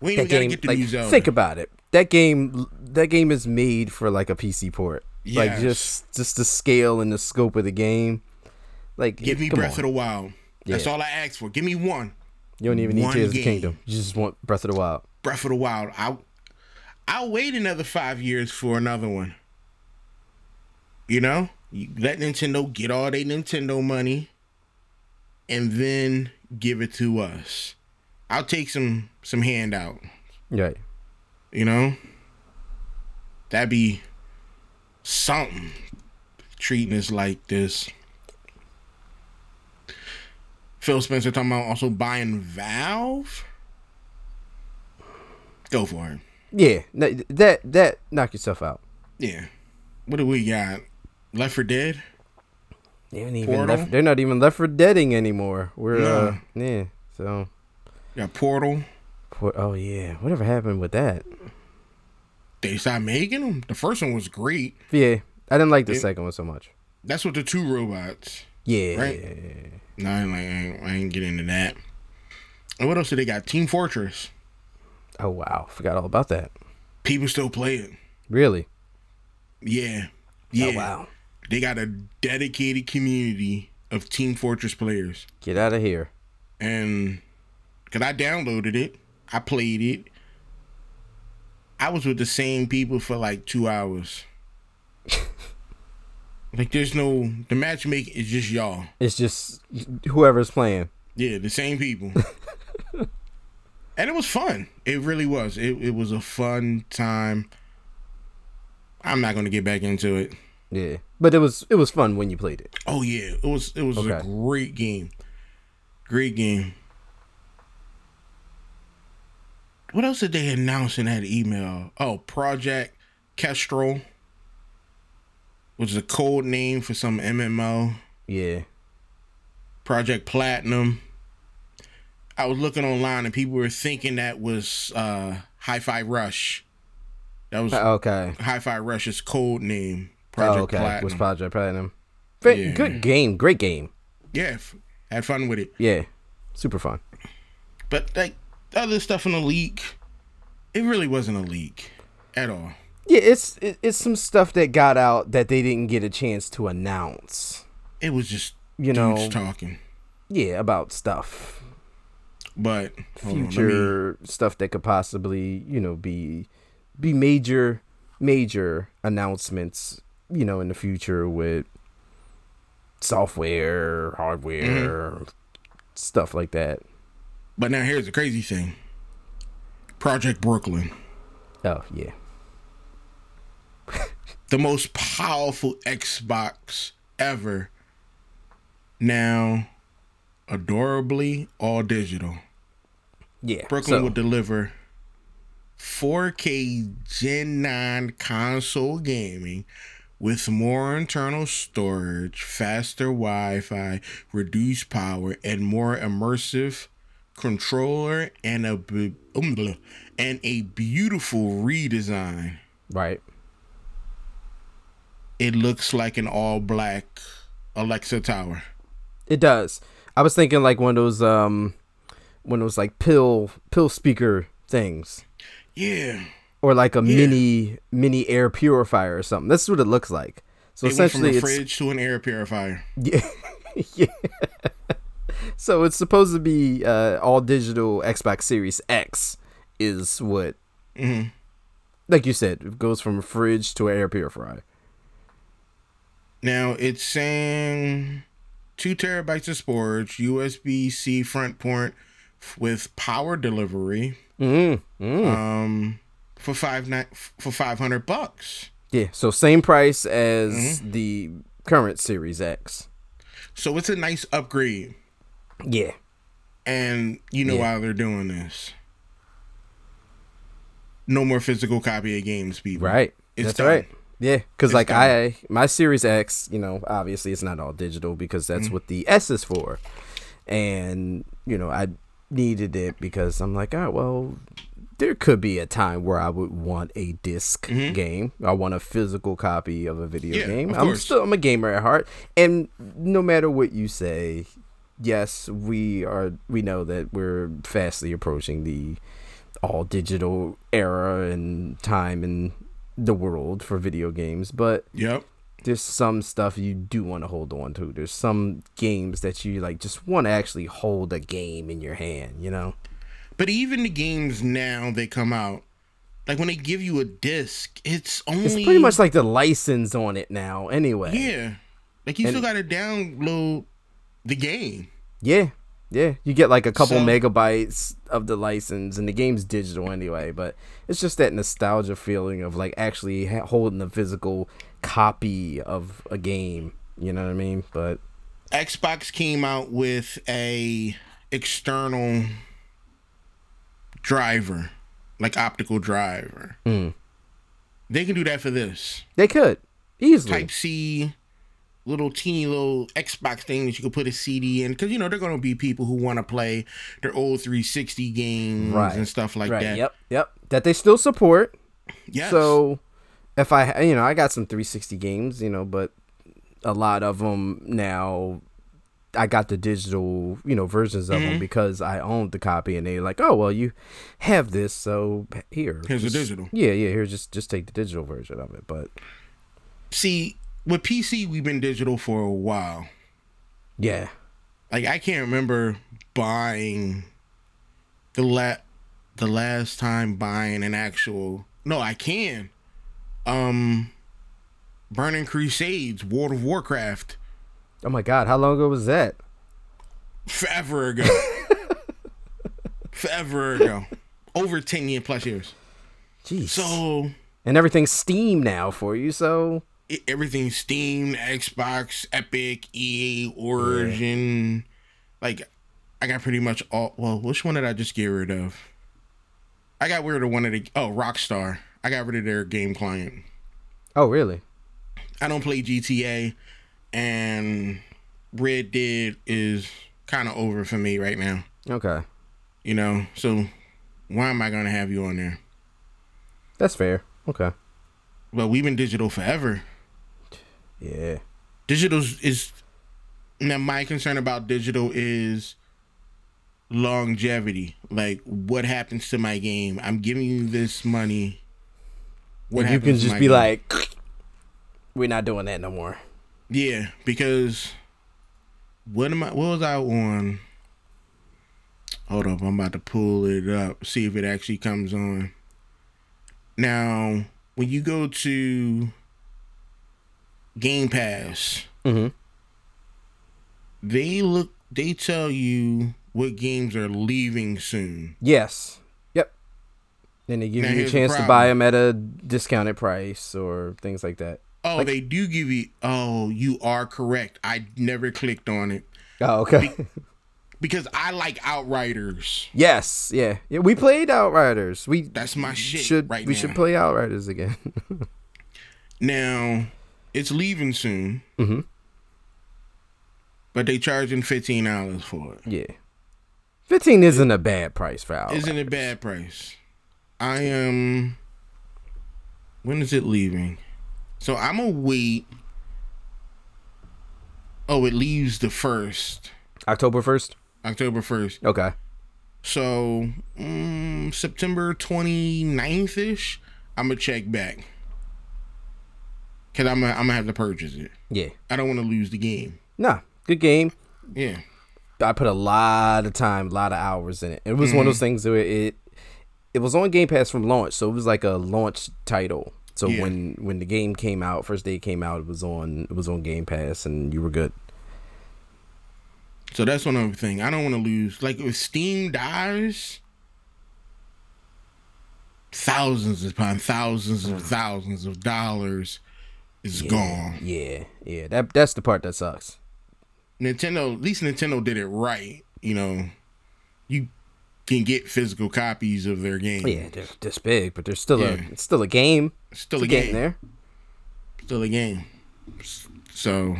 [SPEAKER 1] We ain't
[SPEAKER 2] That
[SPEAKER 1] even gotta
[SPEAKER 2] game.
[SPEAKER 1] get the new
[SPEAKER 2] Like,
[SPEAKER 1] Zelda.
[SPEAKER 2] think about it. That game. That game is made for like a PC port. Like
[SPEAKER 1] Yes.
[SPEAKER 2] just just the scale and the scope of the game. Like
[SPEAKER 1] Give me
[SPEAKER 2] come
[SPEAKER 1] Breath
[SPEAKER 2] on.
[SPEAKER 1] of the Wild. That's
[SPEAKER 2] Yeah.
[SPEAKER 1] all I asked for. Give me one
[SPEAKER 2] You don't even need
[SPEAKER 1] one
[SPEAKER 2] Tears of the
[SPEAKER 1] game.
[SPEAKER 2] Kingdom. You just want Breath of the Wild.
[SPEAKER 1] Breath of the Wild. I I'll wait another five years for another one. You know, You let Nintendo get all their Nintendo money, and then give it to us. I'll take some some handout.
[SPEAKER 2] Right.
[SPEAKER 1] You know, that'd be something. Treating us like this. Phil Spencer talking about also buying Valve. Go for it.
[SPEAKER 2] Yeah. no, That that knock yourself out.
[SPEAKER 1] Yeah. What do we got? Left for Dead?
[SPEAKER 2] They ain't even
[SPEAKER 1] Portal?
[SPEAKER 2] left, they're not even left for deading anymore. We're uh yeah. So
[SPEAKER 1] We got Portal.
[SPEAKER 2] poor, oh yeah. Whatever happened with that?
[SPEAKER 1] They stopped making them. The first one was great.
[SPEAKER 2] Yeah. I didn't like the second one so much.
[SPEAKER 1] That's what the two robots.
[SPEAKER 2] Yeah.
[SPEAKER 1] Right. No, I ain't, like, I ain't, I ain't get into that. And what else do they got? Team Fortress.
[SPEAKER 2] Oh wow. Forgot all about that.
[SPEAKER 1] People still play it.
[SPEAKER 2] Really?
[SPEAKER 1] Yeah. Yeah.
[SPEAKER 2] Oh wow.
[SPEAKER 1] They got a dedicated community of Team Fortress players.
[SPEAKER 2] Get out of here.
[SPEAKER 1] And because I downloaded it, I played it. I was with the same people for like two hours. like, there's no, the matchmaking is just y'all.
[SPEAKER 2] It's just whoever's playing.
[SPEAKER 1] Yeah, the same people. and it was fun. It really was. It, it was a fun time. I'm not going to get back into it.
[SPEAKER 2] Yeah. But it was it was fun when you played it.
[SPEAKER 1] Oh yeah, it was it was a
[SPEAKER 2] Okay.
[SPEAKER 1] great game. Great game. What else did they announce in that email? Oh, Project Kestrel, which is a code name for some MMO.
[SPEAKER 2] Yeah.
[SPEAKER 1] Project Platinum. I was looking online and people were thinking that was uh Hi-Fi Rush. That was
[SPEAKER 2] Okay.
[SPEAKER 1] Hi-Fi Rush's code name. Project
[SPEAKER 2] Oh, okay.
[SPEAKER 1] Platinum.
[SPEAKER 2] Was Project Platinum. Fa-
[SPEAKER 1] Yeah.
[SPEAKER 2] Good game. Great game.
[SPEAKER 1] yeah, f- had fun with it.
[SPEAKER 2] Yeah. Super fun.
[SPEAKER 1] But like other stuff in the leak, it really wasn't a leak at all.
[SPEAKER 2] Yeah, it's it, it's some stuff that got out that they didn't get a chance to announce.
[SPEAKER 1] It was just
[SPEAKER 2] You
[SPEAKER 1] you
[SPEAKER 2] know.
[SPEAKER 1] know talking,
[SPEAKER 2] Yeah, about stuff,
[SPEAKER 1] but hold on, let me-
[SPEAKER 2] future stuff that could possibly you know be be major major announcements. You know, in the future with software, hardware, stuff like that.
[SPEAKER 1] but now here's the crazy thing. Project Brooklyn,
[SPEAKER 2] Oh yeah,
[SPEAKER 1] the most powerful Xbox ever. Now, adorably all digital.
[SPEAKER 2] yeah.
[SPEAKER 1] Brooklyn
[SPEAKER 2] so-
[SPEAKER 1] will deliver 4K Gen 9 console gaming with more internal storage, faster Wi Fi, reduced power, and more immersive controller and a bu- um, blah, and a beautiful redesign.
[SPEAKER 2] right.
[SPEAKER 1] It looks like an all black Alexa Tower.
[SPEAKER 2] It does. I was thinking like one of those um one of those like pill pill speaker things.
[SPEAKER 1] Yeah.
[SPEAKER 2] Or like a mini mini air purifier or something. That's what it looks like. So
[SPEAKER 1] It went from
[SPEAKER 2] essentially
[SPEAKER 1] a
[SPEAKER 2] it's
[SPEAKER 1] fridge to an air purifier.
[SPEAKER 2] so it's supposed to be uh all digital Xbox Series X is what
[SPEAKER 1] Mm-hmm.
[SPEAKER 2] like you said, it goes from a fridge to an air purifier.
[SPEAKER 1] Now it's saying two terabytes of storage, USB C front port f- with power delivery.
[SPEAKER 2] Mm,
[SPEAKER 1] Um, for five ni- for five hundred bucks.
[SPEAKER 2] Yeah, so same price as
[SPEAKER 1] Mm-hmm.
[SPEAKER 2] the current Series X.
[SPEAKER 1] So it's a nice upgrade,
[SPEAKER 2] Yeah.
[SPEAKER 1] Mm-hmm. and you know
[SPEAKER 2] Yeah.
[SPEAKER 1] why they're doing this. No more physical copy of games, people.
[SPEAKER 2] Right.
[SPEAKER 1] It's
[SPEAKER 2] that's
[SPEAKER 1] done.
[SPEAKER 2] right. Yeah, because like
[SPEAKER 1] done.
[SPEAKER 2] I my Series X, you know, obviously it's not all digital because that's
[SPEAKER 1] Mm-hmm.
[SPEAKER 2] what the S is for, and you know I needed it because I'm like, all right, well, there could be a time where I would want a disk game. I want a physical copy of a video
[SPEAKER 1] Mm-hmm. Yeah,
[SPEAKER 2] game.
[SPEAKER 1] of
[SPEAKER 2] I'm
[SPEAKER 1] course.
[SPEAKER 2] still I'm a gamer at heart, and no matter what you say, yes, we are. We know that we're fastly approaching the all digital era and time in the world for video games, but
[SPEAKER 1] Yep.
[SPEAKER 2] there's some stuff you do want to hold on to. There's some games that you like just want to actually hold a game in your hand, you know?
[SPEAKER 1] But even the games now they come out, like when they give you a disc, it's only
[SPEAKER 2] It's pretty much like the license on it now, anyway.
[SPEAKER 1] Yeah. Like you still gotta download the game.
[SPEAKER 2] Yeah. Yeah. You get like a couple
[SPEAKER 1] So-
[SPEAKER 2] megabytes of the license, and the game's digital anyway, but it's just that nostalgia feeling of like actually ha- holding a physical copy of a game. You know what I mean? But
[SPEAKER 1] Xbox came out with a external driver, like optical driver.
[SPEAKER 2] Hmm.
[SPEAKER 1] They can do that for this.
[SPEAKER 2] they could easily.
[SPEAKER 1] Type C little teeny little Xbox thing that you can put a CD in cuz you know there're going to be people who want to play their old 360 games
[SPEAKER 2] Right.
[SPEAKER 1] and stuff like
[SPEAKER 2] right.
[SPEAKER 1] that.
[SPEAKER 2] Yep. Yep. That they still support.
[SPEAKER 1] Yes.
[SPEAKER 2] So if I, ha- you know, I got some 360 games, you know, but a lot of them now, I got the digital, you know, versions of
[SPEAKER 1] Mm-hmm.
[SPEAKER 2] them because I owned the copy, and they're like, oh well, you have this, so here.
[SPEAKER 1] here's the
[SPEAKER 2] just-
[SPEAKER 1] digital.
[SPEAKER 2] Yeah, yeah. Here, just just take the digital version of it. But
[SPEAKER 1] See, with PC we've been digital for a while.
[SPEAKER 2] yeah,
[SPEAKER 1] like I can't remember buying the la- the last time buying an actual no I can um Burning Crusades World of Warcraft
[SPEAKER 2] oh my God, how long ago was that?
[SPEAKER 1] forever ago forever ago over 10 year plus years
[SPEAKER 2] Jeez.
[SPEAKER 1] so
[SPEAKER 2] and everything's Steam now for you, so
[SPEAKER 1] e- everything Steam Xbox Epic EA Origin like I got pretty much all well which one did I just get rid of I got rid of one of the oh Rockstar. I got rid of their game client.
[SPEAKER 2] oh really?
[SPEAKER 1] I don't play GTA, and Red Dead is kind of over for me right now.
[SPEAKER 2] Okay,
[SPEAKER 1] You know, so why am I gonna have you on there?
[SPEAKER 2] that's fair. Okay,
[SPEAKER 1] But we've been digital forever.
[SPEAKER 2] yeah.
[SPEAKER 1] Digital is now my concern about digital is longevity. Like what happens to my game? I'm giving you this money. What
[SPEAKER 2] you can
[SPEAKER 1] happens
[SPEAKER 2] just
[SPEAKER 1] might
[SPEAKER 2] be like, we're not doing that no more.
[SPEAKER 1] Yeah, because what am I? What was I on? Hold up, I'm about to pull it up. See if it actually comes on. Now, when you go to Game Pass,
[SPEAKER 2] Mhm.
[SPEAKER 1] they look. They tell you what games are leaving soon.
[SPEAKER 2] Yes. Yep. Then they give
[SPEAKER 1] Now
[SPEAKER 2] you a
[SPEAKER 1] here's the
[SPEAKER 2] chance to buy
[SPEAKER 1] problem.
[SPEAKER 2] them at a discounted price or things like that.
[SPEAKER 1] Oh, they do give you. Oh, you are correct. I never clicked on it
[SPEAKER 2] Oh, okay.
[SPEAKER 1] because I like Outriders.
[SPEAKER 2] yes. Yeah. Yeah. We played Outriders. We
[SPEAKER 1] That's my shit
[SPEAKER 2] should
[SPEAKER 1] right
[SPEAKER 2] we
[SPEAKER 1] now.
[SPEAKER 2] should play Outriders again.
[SPEAKER 1] Now, it's leaving soon.
[SPEAKER 2] Mhm.
[SPEAKER 1] But they charging fifteen dollars for it.
[SPEAKER 2] yeah. Fifteen isn't a bad price for Outriders.
[SPEAKER 1] Isn't a bad price? I am. When is it leaving? So I'm gonna wait. Oh, it leaves the first
[SPEAKER 2] October first.
[SPEAKER 1] October first.
[SPEAKER 2] Okay.
[SPEAKER 1] So mm, September 29th ish. I'm gonna check back. Cause I'm gonna, I'm gonna have to purchase it.
[SPEAKER 2] Yeah.
[SPEAKER 1] I don't want to lose the game.
[SPEAKER 2] Nah. Good game.
[SPEAKER 1] Yeah.
[SPEAKER 2] I put a lot of time, a lot of hours in it. It was one
[SPEAKER 1] Mm-hmm.
[SPEAKER 2] of those things where it it was on Game Pass from launch, so it was like a launch title. So
[SPEAKER 1] Yeah.
[SPEAKER 2] when when the game came out, first day it came out, it was on it was on Game Pass, and you were good.
[SPEAKER 1] So that's one other thing. I don't want to lose. Like if Steam dies, thousands upon thousands of thousands of dollars is gone.
[SPEAKER 2] Mm. Yeah, yeah. That that's the part that sucks.
[SPEAKER 1] Nintendo, at least Nintendo did it right. You know, you can get physical copies of their game.
[SPEAKER 2] Oh, Yeah, they're this big, but there's still
[SPEAKER 1] Yeah.
[SPEAKER 2] a it's still a game.
[SPEAKER 1] still
[SPEAKER 2] It's
[SPEAKER 1] a
[SPEAKER 2] a game.
[SPEAKER 1] game.
[SPEAKER 2] there.
[SPEAKER 1] Still a game. So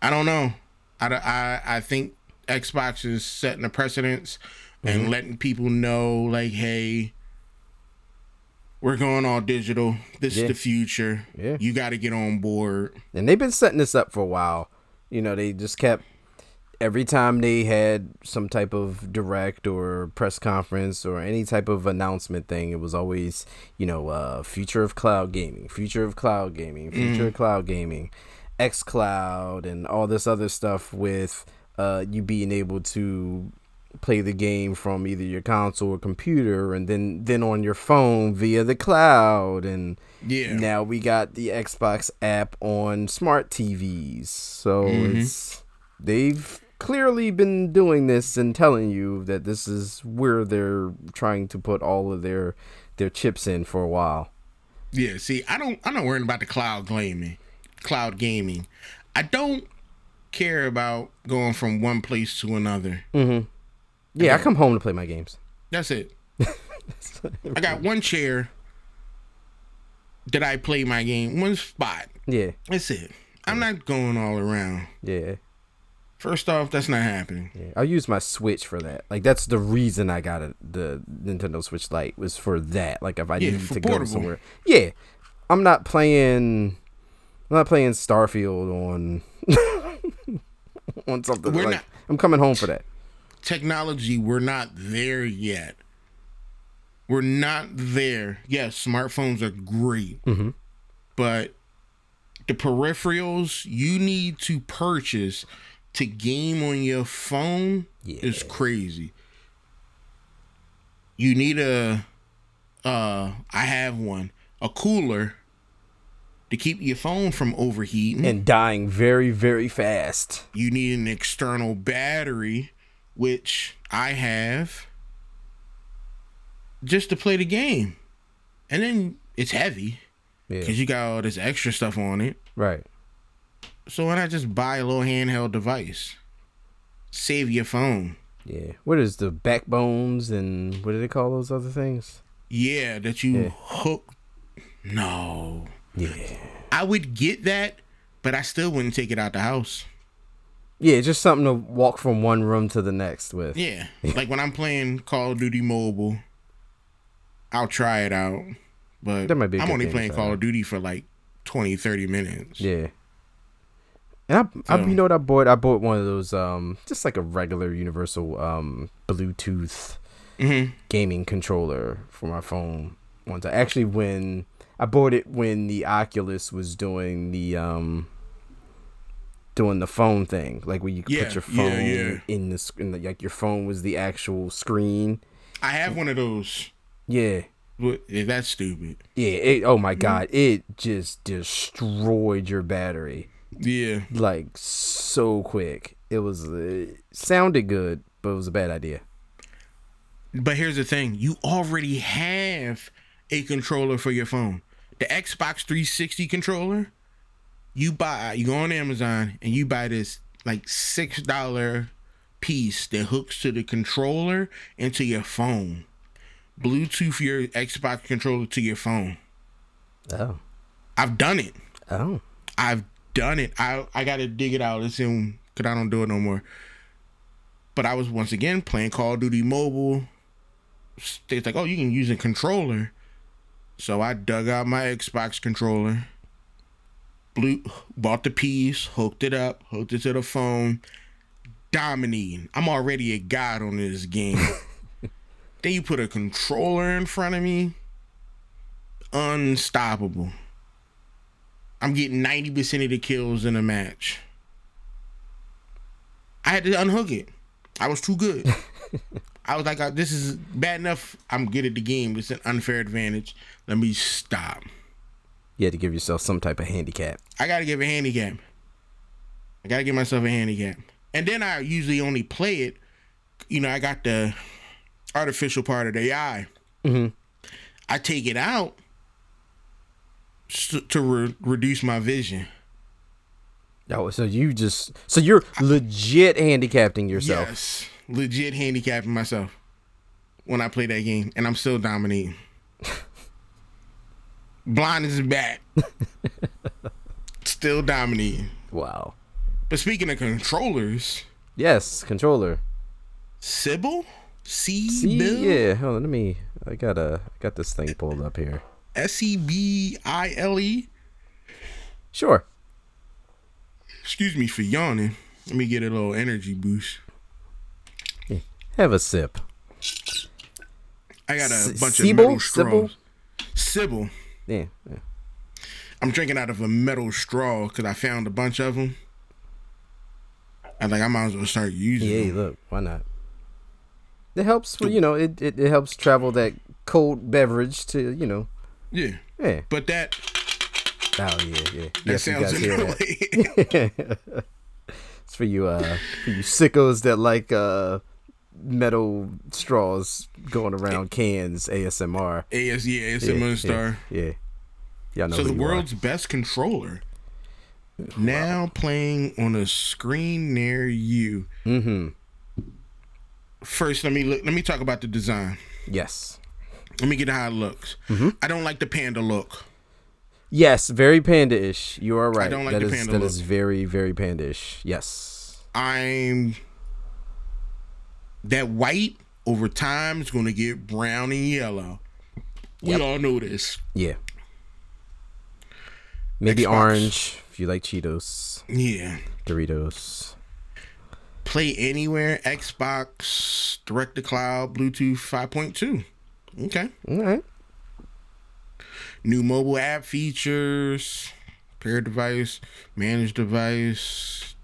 [SPEAKER 1] I don't know. I don't- I I think Xbox is setting a precedence
[SPEAKER 2] Mm-hmm.
[SPEAKER 1] and letting people know like, hey, we're going all digital. This
[SPEAKER 2] Yeah.
[SPEAKER 1] is the future.
[SPEAKER 2] Yeah.
[SPEAKER 1] You got to get on board.
[SPEAKER 2] and they've been setting this up for a while. You know, they just kept every time they had some type of direct or press conference or any type of announcement thing, it was always, you know, uh, future of cloud gaming, future of cloud gaming, future of cloud gaming, X Cloud, and all this other stuff with uh, you being able to play the game from either your console or computer and then then on your phone via the cloud and
[SPEAKER 1] Yeah.
[SPEAKER 2] now we got the Xbox app on smart TVs. So it's they've clearly been doing this and telling you that this is where they're trying to put all of their their chips in for a while.
[SPEAKER 1] Yeah, see, I don't I'm not worrying about the cloud gaming. Cloud gaming. I don't care about going from one place to another.
[SPEAKER 2] Yeah, I come home to play my games.
[SPEAKER 1] That's it. I got one chair that I play my game, one spot.
[SPEAKER 2] Yeah,
[SPEAKER 1] That's it. I'm not going all around.
[SPEAKER 2] yeah,
[SPEAKER 1] First off, that's not happening.
[SPEAKER 2] yeah. I'll use my Switch for that. Like that's the reason I got a, the Nintendo Switch Lite was for that. Like if I
[SPEAKER 1] Yeah,
[SPEAKER 2] needed
[SPEAKER 1] for
[SPEAKER 2] to go
[SPEAKER 1] portable.
[SPEAKER 2] somewhere. Yeah, I'm not playing. I'm not playing Starfield on on something.
[SPEAKER 1] We're
[SPEAKER 2] like,
[SPEAKER 1] not-
[SPEAKER 2] I'm coming home for that.
[SPEAKER 1] Technology, we're not there yet. We're not there. Yes, smartphones are great, but the peripherals you need to purchase to game on your phone is crazy. You need a uh I have one, a cooler to keep your phone from overheating.
[SPEAKER 2] And dying very very fast.
[SPEAKER 1] you need an external battery, which I have, just to play the game. And then it's heavy
[SPEAKER 2] Yeah.
[SPEAKER 1] because you got all this extra stuff on it.
[SPEAKER 2] Right.
[SPEAKER 1] So why not just buy a little handheld device? Save your phone.
[SPEAKER 2] Yeah. What is the backbones and what do they call those other things?
[SPEAKER 1] Yeah, that you hook. No.
[SPEAKER 2] Yeah.
[SPEAKER 1] I would get that, but I still wouldn't take it out the house.
[SPEAKER 2] Yeah, just something to walk from one room to the next with.
[SPEAKER 1] Yeah. like when I'm playing Call of Duty Mobile, I'll try it out. But
[SPEAKER 2] That might be a
[SPEAKER 1] I'm
[SPEAKER 2] good
[SPEAKER 1] only
[SPEAKER 2] thing to
[SPEAKER 1] playing
[SPEAKER 2] try
[SPEAKER 1] Call
[SPEAKER 2] out.
[SPEAKER 1] of Duty for like 20, 30 minutes.
[SPEAKER 2] Yeah. And I, I, you know what I bought? I bought one of those, um, just like a regular universal um,
[SPEAKER 1] Mm-hmm.
[SPEAKER 2] Bluetooth gaming controller for my phone. Once I actually, when I bought it when the Oculus was doing the um doing the phone thing, like where you could
[SPEAKER 1] Yeah,
[SPEAKER 2] put your
[SPEAKER 1] yeah,
[SPEAKER 2] phone
[SPEAKER 1] yeah.
[SPEAKER 2] in the screen, like your phone was the actual screen.
[SPEAKER 1] I have one of those.
[SPEAKER 2] Yeah.
[SPEAKER 1] What- yeah, That's stupid.
[SPEAKER 2] Yeah, it, oh
[SPEAKER 1] Mm-hmm.
[SPEAKER 2] my god, it just destroyed your battery
[SPEAKER 1] Yeah.
[SPEAKER 2] like so quick. It was it sounded good, but it was a bad idea.
[SPEAKER 1] But here's the thing you already have a controller for your phone. The Xbox 360 controller, you buy, you go on Amazon and you buy this like $6 piece that hooks to the controller and to your phone. Bluetooth your Xbox controller to your phone.
[SPEAKER 2] Oh.
[SPEAKER 1] I've done it.
[SPEAKER 2] Oh.
[SPEAKER 1] I've done it. I I gotta dig it out. It's in because I don't do it no more. But I was once again playing Call of Duty Mobile. It's like, oh, you can use a controller. So I dug out my Xbox controller, blew, bought the piece, hooked it up, hooked it to the phone, dominating. I'm already a god on this game. then you put a controller in front of me, unstoppable. I'm getting 90% of the kills in a match. I had to unhook it. I was too good. I was like, uh, this is bad enough. I'm good at the game. It's an unfair advantage. Let me stop.
[SPEAKER 2] You had to give yourself some type of handicap.
[SPEAKER 1] I got to give a handicap. I got to give myself a handicap. And then I usually only play it. You know, I got the artificial part of the AI. I take it out s- to re- reduce my vision.
[SPEAKER 2] Oh, so you just so you're legit handicapping yourself.
[SPEAKER 1] Yes, legit handicapping myself when I play that game, and I'm still dominating. Blind is back, still dominating.
[SPEAKER 2] Wow.
[SPEAKER 1] But speaking of controllers,
[SPEAKER 2] Yes, controller.
[SPEAKER 1] Sybil,
[SPEAKER 2] See,
[SPEAKER 1] C
[SPEAKER 2] yeah, hold on, let me. I got a I got this thing pulled up here.
[SPEAKER 1] S E B I L E.
[SPEAKER 2] Sure.
[SPEAKER 1] Excuse me for yawning. Let me get a little energy boost.
[SPEAKER 2] Have a sip.
[SPEAKER 1] I got a
[SPEAKER 2] S-
[SPEAKER 1] bunch
[SPEAKER 2] Sibyl?
[SPEAKER 1] of metal
[SPEAKER 2] Sibyl?
[SPEAKER 1] straws. Sybil.
[SPEAKER 2] Yeah. yeah.
[SPEAKER 1] I'm drinking out of a metal straw because I found a bunch of them. I think I might as well start using
[SPEAKER 2] Yeah,
[SPEAKER 1] them.
[SPEAKER 2] look, why not? It helps, well, you know, it, it, it helps travel that cold beverage to, you know,
[SPEAKER 1] Yeah.
[SPEAKER 2] yeah.
[SPEAKER 1] But that,
[SPEAKER 2] Oh, yeah, yeah.
[SPEAKER 1] that
[SPEAKER 2] Yes, you
[SPEAKER 1] sounds
[SPEAKER 2] guys hear that.
[SPEAKER 1] annoying.
[SPEAKER 2] It's for you, uh, for you sickos that like, uh, metal straws going around cans ASMR.
[SPEAKER 1] AS, yeah, it's
[SPEAKER 2] Yeah,
[SPEAKER 1] a
[SPEAKER 2] yeah,
[SPEAKER 1] moon star.
[SPEAKER 2] Yeah. Y'all know
[SPEAKER 1] So
[SPEAKER 2] who
[SPEAKER 1] the
[SPEAKER 2] you are.
[SPEAKER 1] world's best controller. Now playing on a screen near you. Mm-hmm. First, let me look. Let me talk about the design.
[SPEAKER 2] Yes.
[SPEAKER 1] Let me get how it looks.
[SPEAKER 2] Mm-hmm.
[SPEAKER 1] I don't like the panda look.
[SPEAKER 2] Yes, very panda-ish. You are right.
[SPEAKER 1] don't like
[SPEAKER 2] That
[SPEAKER 1] the
[SPEAKER 2] is-
[SPEAKER 1] panda
[SPEAKER 2] that
[SPEAKER 1] look.
[SPEAKER 2] is very, very panda-ish. Yes.
[SPEAKER 1] I'm that white over time is going to get brown and yellow.
[SPEAKER 2] Yep.
[SPEAKER 1] We all know this.
[SPEAKER 2] Yeah. Maybe
[SPEAKER 1] Xbox.
[SPEAKER 2] orange if you like Cheetos,
[SPEAKER 1] Yeah.
[SPEAKER 2] Doritos.
[SPEAKER 1] Play anywhere, Xbox, direct to cloud, Bluetooth 5.2. Okay.
[SPEAKER 2] All right.
[SPEAKER 1] New mobile app features, pair device, manage device,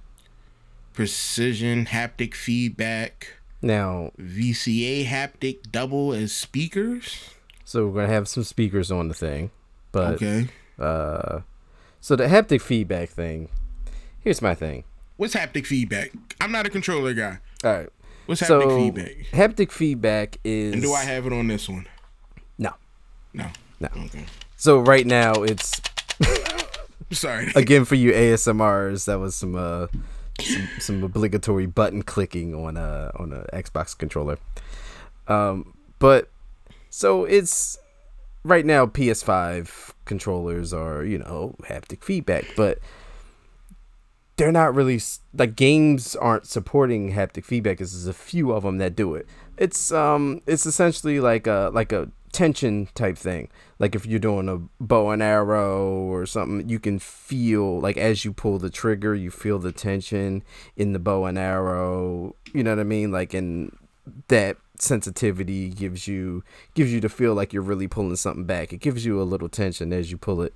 [SPEAKER 1] precision haptic feedback,
[SPEAKER 2] Now,
[SPEAKER 1] VCA haptic double as speakers.
[SPEAKER 2] so we're gonna have some speakers on the thing, but
[SPEAKER 1] Okay.
[SPEAKER 2] uh, so the haptic feedback thing. Here's my thing.
[SPEAKER 1] What's haptic feedback? I'm not a controller guy.
[SPEAKER 2] All right.
[SPEAKER 1] What's haptic
[SPEAKER 2] so
[SPEAKER 1] feedback?
[SPEAKER 2] haptic feedback is
[SPEAKER 1] And do I have it on this one?
[SPEAKER 2] no.
[SPEAKER 1] No.
[SPEAKER 2] No.
[SPEAKER 1] Okay.
[SPEAKER 2] So right now it's
[SPEAKER 1] I'm sorry.
[SPEAKER 2] again for you ASMRs. That was some uh some, some obligatory button clicking on a on a Xbox controller. Um, but so it's right now PS5 controllers are you know haptic feedback, but they're not really s- like games aren't supporting haptic feedback. There's a few of them that do it. It's um it's essentially like a like a tension type thing. Like if you're doing a bow and arrow or something, you can feel like as you pull the trigger, you feel the tension in the bow and arrow. You know what I mean? Like in that sensitivity gives you gives you to feel like you're really pulling something back. It gives you a little tension as you pull it.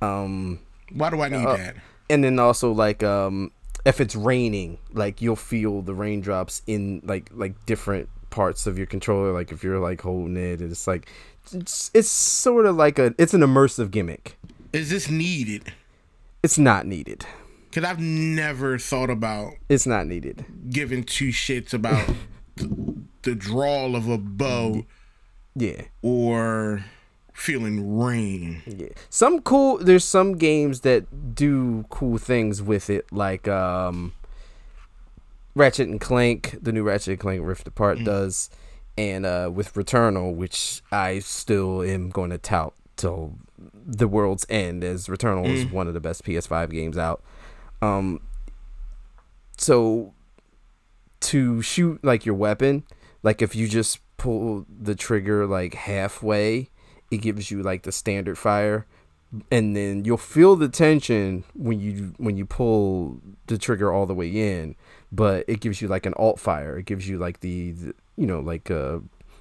[SPEAKER 2] Um,
[SPEAKER 1] Why do I need
[SPEAKER 2] uh,
[SPEAKER 1] that?
[SPEAKER 2] and then also like um, if it's raining, like you'll feel the raindrops in like like different parts of your controller. Like if you're like holding it, it's like it's, it's sort of like a it's an immersive gimmick.
[SPEAKER 1] Is this needed?
[SPEAKER 2] It's not needed.
[SPEAKER 1] Because I've never thought about
[SPEAKER 2] It's not needed.
[SPEAKER 1] giving two shits about th- the drawl of a bow
[SPEAKER 2] Yeah.
[SPEAKER 1] or feeling rain.
[SPEAKER 2] Yeah. Some cool there's some games that do cool things with it, like um Ratchet and Clank, the new Ratchet and Clank Rift Apart does, and uh with Returnal, which I still am going to tout till the world's end as Returnal is one of the best PS5 games out. Um so to shoot like your weapon, like if you just pull the trigger like halfway, it gives you like the standard fire and then you'll feel the tension when you when you pull the trigger all the way in, but it gives you like an alt fire. It gives you like the, the you know like uh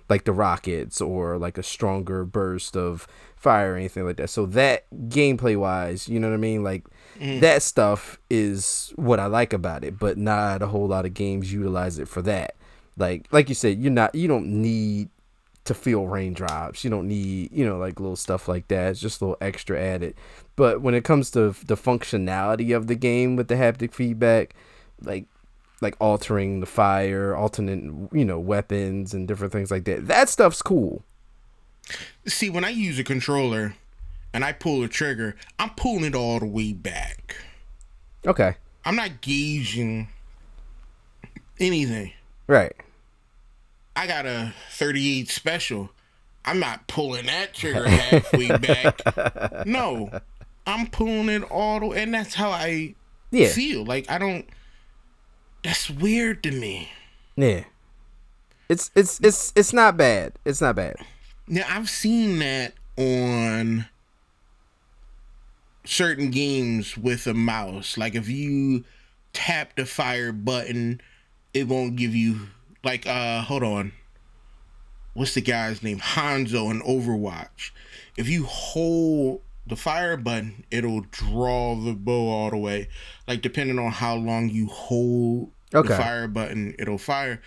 [SPEAKER 2] like the rockets or like a stronger burst of fire or anything like that. So that gameplay wise, you know what I mean? Like that stuff is what I like about it, but not a whole lot of games utilize it for that. Like like you said, you're not you don't need to feel raindrops. You don't need, you know, like little stuff like that. It's just a little extra added. But when it comes to f- the functionality of the game with the haptic feedback, like like altering the fire, alternate, you know, weapons and different things like that. That stuff's cool.
[SPEAKER 1] See, when I use a controller and I pull a trigger, I'm pulling it all the way back.
[SPEAKER 2] Okay.
[SPEAKER 1] I'm not gauging anything.
[SPEAKER 2] Right.
[SPEAKER 1] I got a 38 special. I'm not pulling that trigger halfway back. No, I'm pulling it all the way, and that's how I
[SPEAKER 2] Yeah.
[SPEAKER 1] feel. Like I don't. That's weird to me.
[SPEAKER 2] Yeah. It's it's it's it's not bad. It's not bad.
[SPEAKER 1] Now I've seen that on certain games with a mouse. Like if you tap the fire button, it won't give you like uh hold on. What's the guy's name? Hanzo in Overwatch. If you hold the fire button, it'll draw the bow all the way. Like depending on how long you hold
[SPEAKER 2] Okay.
[SPEAKER 1] the fire button, it'll fire.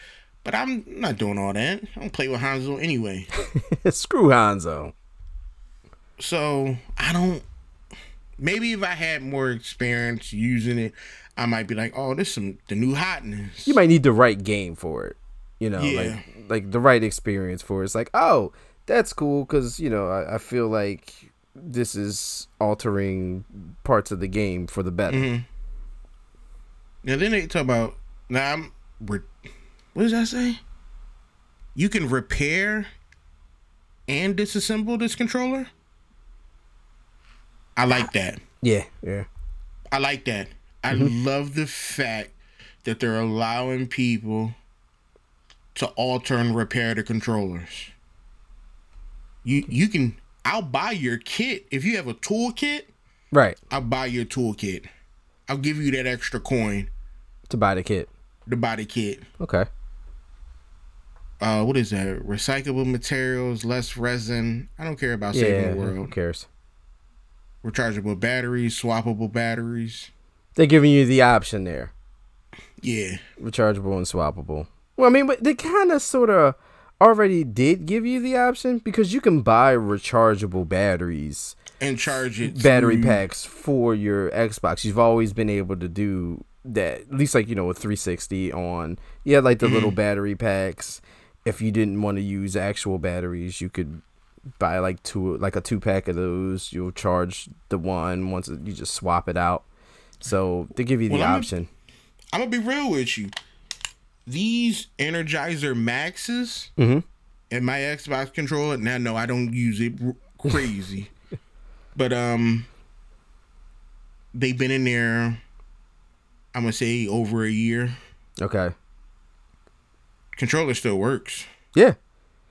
[SPEAKER 1] But I'm not doing all that. I don't play with Hanzo anyway.
[SPEAKER 2] Screw Hanzo.
[SPEAKER 1] So I don't. Maybe if I had more experience using it, I might be like, "Oh, this some the new hotness."
[SPEAKER 2] you might need the right game for it. You know,
[SPEAKER 1] Yeah.
[SPEAKER 2] like like the right experience for it. It's like, oh, that's cool because you know I, I feel like this is altering parts of the game for the better.
[SPEAKER 1] Mm-hmm. Now then they talk about now. I'm re- what does that say? You can repair and disassemble this controller. I like that.
[SPEAKER 2] Yeah, yeah,
[SPEAKER 1] I like that. I
[SPEAKER 2] Mm-hmm.
[SPEAKER 1] love the fact that they're allowing people to alter and repair the controllers. You you can I'll buy your kit. If you have a toolkit,
[SPEAKER 2] right.
[SPEAKER 1] I'll buy your toolkit. I'll give you that extra coin
[SPEAKER 2] To buy the kit.
[SPEAKER 1] to buy the kit.
[SPEAKER 2] Okay.
[SPEAKER 1] Uh what is that? Recyclable materials, less resin. I don't care about saving
[SPEAKER 2] Yeah.
[SPEAKER 1] the
[SPEAKER 2] Who
[SPEAKER 1] world.
[SPEAKER 2] cares?
[SPEAKER 1] Rechargeable batteries, swappable batteries.
[SPEAKER 2] They're giving you the option there,
[SPEAKER 1] Yeah.
[SPEAKER 2] rechargeable and swappable. Well, I mean, but they kind of sort of already did give you the option because you can buy rechargeable batteries
[SPEAKER 1] And charge it
[SPEAKER 2] battery
[SPEAKER 1] through-
[SPEAKER 2] packs for your Xbox. You've always been able to do that, at least like you know, with 360 on. Yeah, like the little battery packs. If you didn't want to use actual batteries, you could buy like two, like a two pack of those. You'll charge the one once it- you just swap it out. So they give you the
[SPEAKER 1] Well, I'm-
[SPEAKER 2] option.
[SPEAKER 1] I'm gonna be real with you. These Energizer Maxes
[SPEAKER 2] Mm-hmm.
[SPEAKER 1] and my Xbox controller. Now, no, I don't use it r- crazy, but um, they've been in there. I'm gonna say over a year.
[SPEAKER 2] Okay.
[SPEAKER 1] Controller still works.
[SPEAKER 2] Yeah.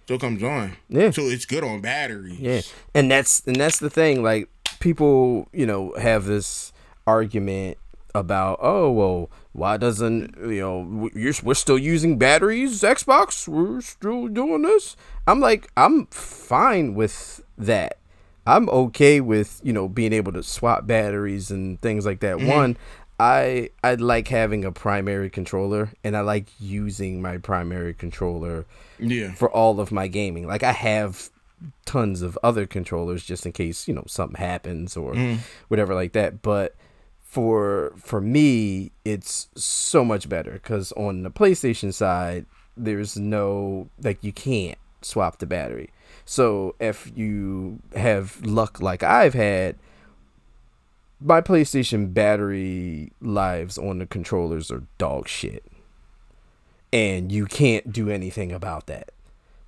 [SPEAKER 1] Still comes on.
[SPEAKER 2] Yeah.
[SPEAKER 1] So it's good on batteries.
[SPEAKER 2] Yeah, and that's and that's the thing. Like people, you know, have this argument about oh well why doesn't you know w- you're, we're still using batteries xbox we're still doing this i'm like i'm fine with that i'm okay with you know being able to swap batteries and things like that one i i like having a primary controller and i like using my primary controller
[SPEAKER 1] Yeah.
[SPEAKER 2] for all of my gaming. Like I have tons of other controllers just in case, you know, something happens or whatever like that, but for for me it's so much better cuz on the PlayStation side there's no like you can't swap the battery. So if you have luck like I've had my PlayStation battery lives on the controllers are dog shit and you can't do anything about that.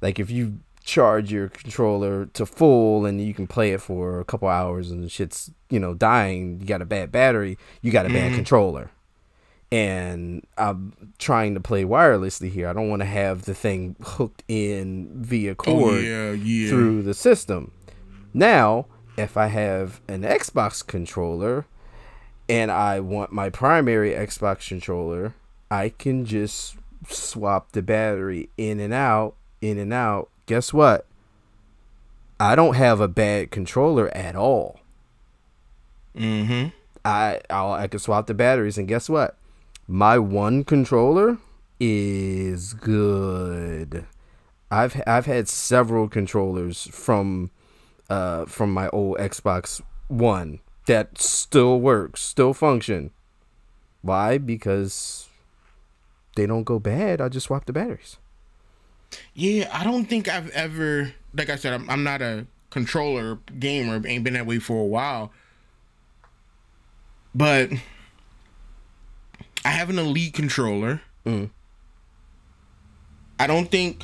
[SPEAKER 2] Like if you charge your controller to full and you can play it for a couple hours and the shit's you know dying, you got a bad battery, you got a bad controller. And I'm trying to play wirelessly here. I don't want to have the thing hooked in via
[SPEAKER 1] Oh
[SPEAKER 2] cord
[SPEAKER 1] yeah, yeah.
[SPEAKER 2] through the system. Now, if I have an Xbox controller and I want my primary Xbox controller, I can just swap the battery in and out, in and out. Guess what? I don't have a bad controller at all.
[SPEAKER 1] Mm-hmm.
[SPEAKER 2] I I'll, I can swap the batteries, and guess what? My one controller is good. I've I've had several controllers from uh from my old Xbox One that still work, still function. Why? Because they don't go bad. I just swap the batteries.
[SPEAKER 1] Yeah, I don't think I've ever, like I said, I'm, I'm not a controller gamer, ain't been that way for a while. But I have an Elite controller.
[SPEAKER 2] Mm.
[SPEAKER 1] I don't think,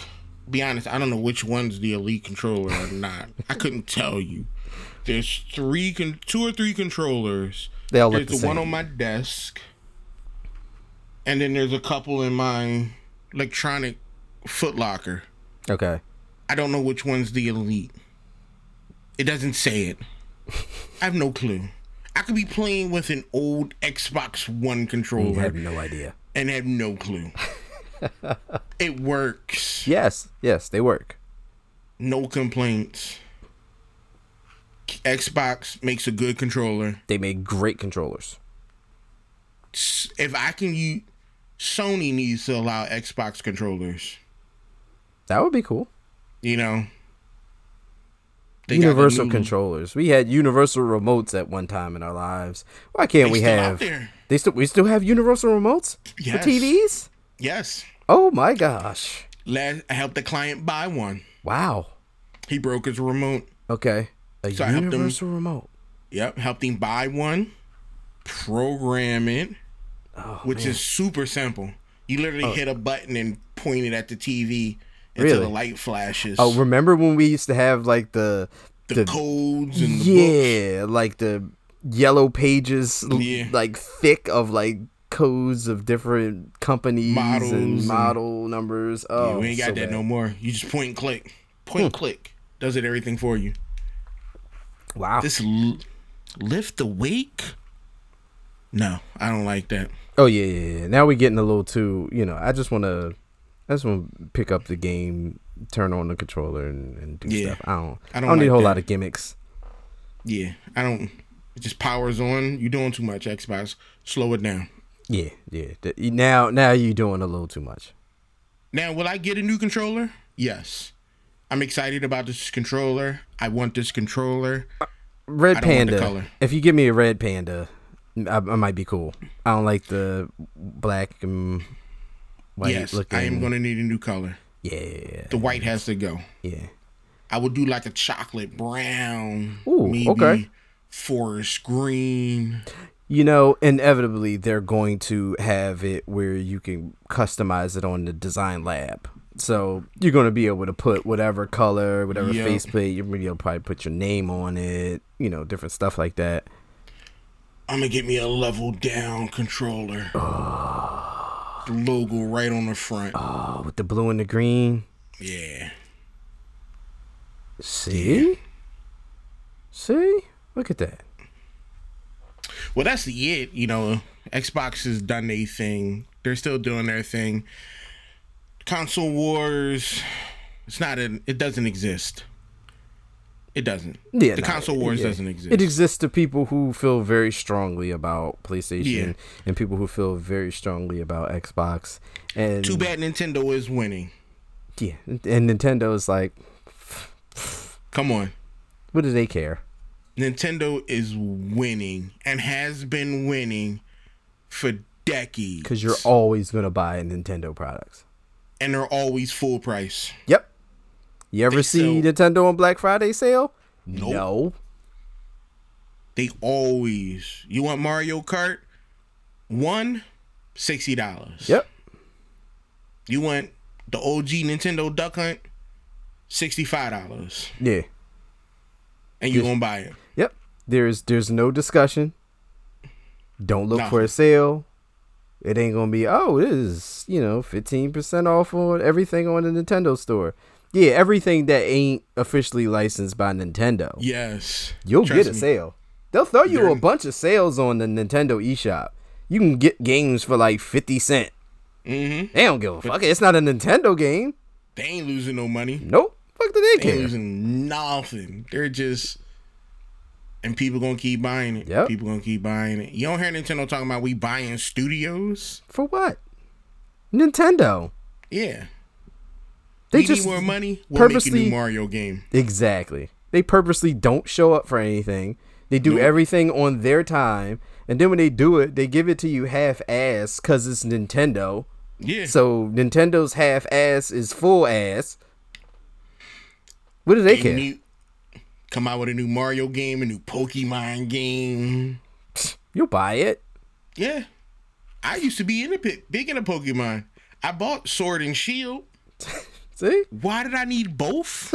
[SPEAKER 1] be honest, I don't know which one's the Elite controller or not. I couldn't tell you. There's three, con- two or three controllers.
[SPEAKER 2] They all
[SPEAKER 1] There's
[SPEAKER 2] look the
[SPEAKER 1] the
[SPEAKER 2] same.
[SPEAKER 1] one on my desk, and then there's a couple in my electronic footlocker.
[SPEAKER 2] okay.
[SPEAKER 1] I don't know which one's the elite. It doesn't say it. I have no clue. I could be playing with an old Xbox One
[SPEAKER 2] You
[SPEAKER 1] controller
[SPEAKER 2] have no idea.
[SPEAKER 1] and have no clue. it works.
[SPEAKER 2] Yes, yes, they work.
[SPEAKER 1] No complaints. Xbox makes a good controller.
[SPEAKER 2] They make great controllers.
[SPEAKER 1] S- If I can use Sony needs to allow Xbox controllers,
[SPEAKER 2] That would be cool.
[SPEAKER 1] you know. They got the
[SPEAKER 2] universal
[SPEAKER 1] new-
[SPEAKER 2] controllers. We had universal remotes at one time in our lives. Why can't
[SPEAKER 1] They
[SPEAKER 2] we
[SPEAKER 1] still out
[SPEAKER 2] have?
[SPEAKER 1] there.
[SPEAKER 2] They still we still have universal remotes
[SPEAKER 1] Yes.
[SPEAKER 2] for TVs.
[SPEAKER 1] Yes.
[SPEAKER 2] Oh my gosh!
[SPEAKER 1] Last I helped the client buy one.
[SPEAKER 2] Wow.
[SPEAKER 1] He broke his remote.
[SPEAKER 2] Okay. A
[SPEAKER 1] So I helped them-
[SPEAKER 2] universal remote.
[SPEAKER 1] Yep, helped him buy one, program it,
[SPEAKER 2] Oh,
[SPEAKER 1] which is super simple. You literally hit a button and point it at the TV until
[SPEAKER 2] Really?
[SPEAKER 1] the light flashes.
[SPEAKER 2] Oh, remember when we used to have like the the,
[SPEAKER 1] the codes and the book.
[SPEAKER 2] yeah, like the yellow pages, l-
[SPEAKER 1] Yeah.
[SPEAKER 2] like thick of like codes of different companies
[SPEAKER 1] Models
[SPEAKER 2] and
[SPEAKER 1] and-
[SPEAKER 2] model numbers.
[SPEAKER 1] Yeah,
[SPEAKER 2] Oh,
[SPEAKER 1] we ain't got
[SPEAKER 2] so
[SPEAKER 1] that
[SPEAKER 2] bad. Hmm.
[SPEAKER 1] no more. You just point and click, point and click. Does it everything for you?
[SPEAKER 2] Wow.
[SPEAKER 1] This l- lift the wake? No, I don't like that.
[SPEAKER 2] Oh yeah, yeah, yeah. Now we're getting a little too. You know, I just want to, I just want to pick up the game, turn on the controller, and, and do
[SPEAKER 1] Yeah.
[SPEAKER 2] stuff. I don't, I
[SPEAKER 1] I
[SPEAKER 2] don't,
[SPEAKER 1] don't
[SPEAKER 2] need a
[SPEAKER 1] like
[SPEAKER 2] whole
[SPEAKER 1] that.
[SPEAKER 2] lot of gimmicks.
[SPEAKER 1] Yeah, I don't. It just powers on. You're doing too much, Xbox. Slow it down.
[SPEAKER 2] Yeah, yeah. Th- Now, now you're doing a little too much.
[SPEAKER 1] Now, will I get a new controller? Yes. I'm excited about this controller. I want this controller.
[SPEAKER 2] Red
[SPEAKER 1] I don't want the
[SPEAKER 2] panda.
[SPEAKER 1] color.
[SPEAKER 2] If you give me a red panda, I, I might be cool. I don't like the black and white
[SPEAKER 1] yes,
[SPEAKER 2] looking.
[SPEAKER 1] I am going to need a new color.
[SPEAKER 2] Yeah,
[SPEAKER 1] The white has to go.
[SPEAKER 2] yeah.
[SPEAKER 1] I would do like a chocolate brown,
[SPEAKER 2] Ooh, okay.
[SPEAKER 1] forest green.
[SPEAKER 2] You know, inevitably they're going to have it where you can customize it on the design lab. So you're going to be able to put whatever color, whatever
[SPEAKER 1] Yeah.
[SPEAKER 2] faceplate. You're going to probably put your name on it. You know, different stuff like that.
[SPEAKER 1] I'm going to get me a level down controller. The logo right on the front.
[SPEAKER 2] Oh, with the blue and the green.
[SPEAKER 1] Yeah.
[SPEAKER 2] See, see, look at that.
[SPEAKER 1] Well, that's it. You know, Xbox has done their thing. They're still doing their thing. Console wars. It's not an. It doesn't exist. It doesn't.
[SPEAKER 2] Yeah,
[SPEAKER 1] the
[SPEAKER 2] nah,
[SPEAKER 1] console wars
[SPEAKER 2] yeah.
[SPEAKER 1] doesn't exist.
[SPEAKER 2] It exists to people who feel very strongly about PlayStation
[SPEAKER 1] Yeah.
[SPEAKER 2] and people who feel very strongly about Xbox. And
[SPEAKER 1] Too bad Nintendo is winning.
[SPEAKER 2] Yeah, and Nintendo is like,
[SPEAKER 1] Come on.
[SPEAKER 2] what do they care?
[SPEAKER 1] Nintendo is winning and has been winning for decades.
[SPEAKER 2] Because you're always gonna buy Nintendo products.
[SPEAKER 1] and they're always full price.
[SPEAKER 2] Yep. You ever
[SPEAKER 1] They
[SPEAKER 2] see
[SPEAKER 1] sell-
[SPEAKER 2] Nintendo on Black Friday sale? No.
[SPEAKER 1] They always. You want Mario Kart? One, sixty dollars.
[SPEAKER 2] Yep.
[SPEAKER 1] You want the OG Nintendo Duck Hunt? Sixty-five dollars,
[SPEAKER 2] Yeah.
[SPEAKER 1] and you gonna buy it.
[SPEAKER 2] Yep. There's there's no discussion. Don't look for a sale. It ain't gonna be oh it is you know fifteen percent off on everything on the Nintendo store. Yeah, everything that ain't officially licensed by Nintendo.
[SPEAKER 1] Yes.
[SPEAKER 2] You'll
[SPEAKER 1] Trust
[SPEAKER 2] get a
[SPEAKER 1] me.
[SPEAKER 2] sale. They'll throw you a
[SPEAKER 1] During-
[SPEAKER 2] bunch of sales on the Nintendo eShop. You can get games for like 50 cent.
[SPEAKER 1] Mhm.
[SPEAKER 2] They don't give a fuck. It's not a Nintendo game.
[SPEAKER 1] They ain't losing no money.
[SPEAKER 2] Nope. Fuck do they
[SPEAKER 1] They ain't
[SPEAKER 2] care?
[SPEAKER 1] losing nothing. They're just. And people gonna keep buying it.
[SPEAKER 2] Yep.
[SPEAKER 1] People gonna keep buying it. You don't hear Nintendo talking about we buying studios.
[SPEAKER 2] For what? Nintendo.
[SPEAKER 1] Yeah.
[SPEAKER 2] They
[SPEAKER 1] we
[SPEAKER 2] just
[SPEAKER 1] need more money. We're making
[SPEAKER 2] purposely-
[SPEAKER 1] new Mario game.
[SPEAKER 2] Exactly. They purposely don't show up for anything. They do everything on their time. And then when they do it, they give it to you half ass cuz it's Nintendo.
[SPEAKER 1] Yeah.
[SPEAKER 2] So Nintendo's half ass is full ass. What do they
[SPEAKER 1] a
[SPEAKER 2] care?
[SPEAKER 1] new- come out with a new Mario game, a new Pokemon game.
[SPEAKER 2] You'll buy it.
[SPEAKER 1] Yeah, I used to be in the pit, big in the Pokemon. I bought Sword and Shield.
[SPEAKER 2] See?
[SPEAKER 1] Why did I need both?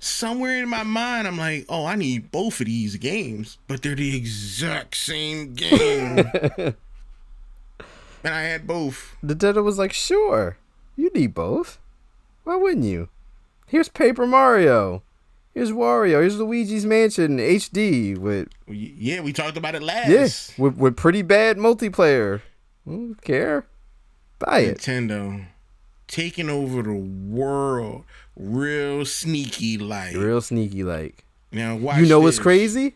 [SPEAKER 1] Somewhere in my mind, I'm like, oh, I need both of these games, but they're the exact same game. and I had both.
[SPEAKER 2] The Nintendo was like, sure, you need both. Why wouldn't you? Here's Paper Mario. Here's Wario. Here's Luigi's Mansion HD with
[SPEAKER 1] Y- Yeah, we talked about it last.
[SPEAKER 2] yes, with, with pretty bad multiplayer. I don't care. Buy it.
[SPEAKER 1] Nintendo taking over the world, real sneaky like.
[SPEAKER 2] Real sneaky like.
[SPEAKER 1] Now watch.
[SPEAKER 2] You know what's
[SPEAKER 1] this.
[SPEAKER 2] crazy?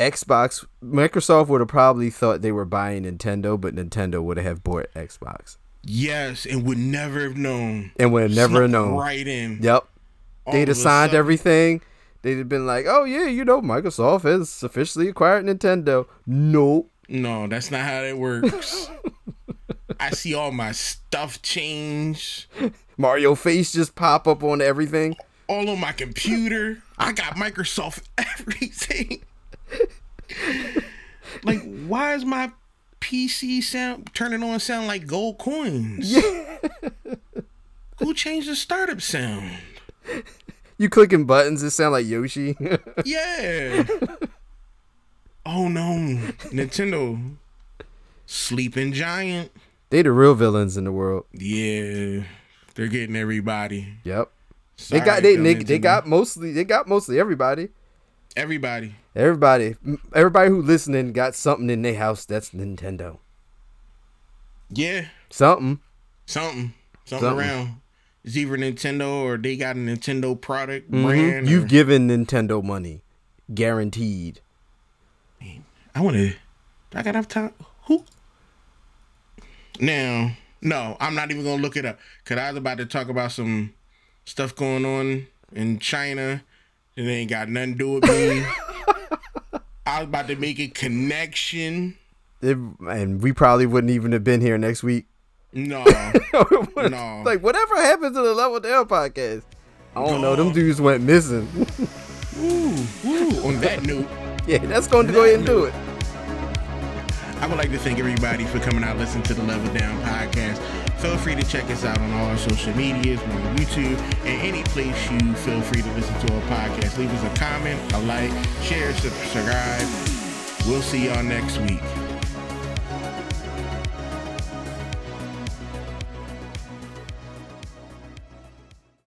[SPEAKER 2] Xbox, Microsoft would have probably thought they were buying Nintendo, but Nintendo would have bought Xbox
[SPEAKER 1] Yes, and would never have known.
[SPEAKER 2] and would have never
[SPEAKER 1] Snuck
[SPEAKER 2] known.
[SPEAKER 1] Right in.
[SPEAKER 2] Yep,
[SPEAKER 1] All
[SPEAKER 2] they'd
[SPEAKER 1] of a
[SPEAKER 2] have signed
[SPEAKER 1] sudden,
[SPEAKER 2] everything. They'd have been like, "Oh yeah, you know, Microsoft has officially acquired Nintendo." Nope.
[SPEAKER 1] No, that's not how that works. I see all my stuff change.
[SPEAKER 2] Mario face just pop up on everything.
[SPEAKER 1] All on my computer. I got Microsoft everything. like, why is my PC sound turning on sound like gold coins? Who changed the startup sound?
[SPEAKER 2] You clicking buttons, it sound like Yoshi.
[SPEAKER 1] Yeah. oh no, Nintendo, sleeping giant.
[SPEAKER 2] they the real villains in the world.
[SPEAKER 1] Yeah, they're getting everybody.
[SPEAKER 2] Yep.
[SPEAKER 1] Sorry,
[SPEAKER 2] they got they
[SPEAKER 1] though,
[SPEAKER 2] they, they
[SPEAKER 1] Nintendo.
[SPEAKER 2] got mostly they got mostly everybody.
[SPEAKER 1] everybody.
[SPEAKER 2] Everybody everybody who listening got something in their house that's Nintendo.
[SPEAKER 1] Yeah,
[SPEAKER 2] Something.
[SPEAKER 1] something, something,
[SPEAKER 2] Something.
[SPEAKER 1] around. It's either Nintendo or they got a Nintendo product brand.
[SPEAKER 2] Mm-hmm. You've
[SPEAKER 1] or-
[SPEAKER 2] given Nintendo money. Guaranteed.
[SPEAKER 1] I want to. I got enough time. Who? Now, no, I'm not even gonna look it up because I was about to talk about some stuff going on in China, and it ain't got nothing to do with me. I was about to make a connection.
[SPEAKER 2] It, and we probably wouldn't even have been here next week.
[SPEAKER 1] No, No.
[SPEAKER 2] Like whatever happened to the Level Down podcast? I don't know. Them dudes went missing.
[SPEAKER 1] woo, woo. On that note,
[SPEAKER 2] yeah, that's going to go ahead and do it.
[SPEAKER 1] I would like to thank everybody for coming out, listening to the Level Down podcast. Feel free to check us out on all our social medias, we're on YouTube, and any place you feel free to listen to our podcast. Leave us a comment, a like, share, subscribe. We'll see y'all next week.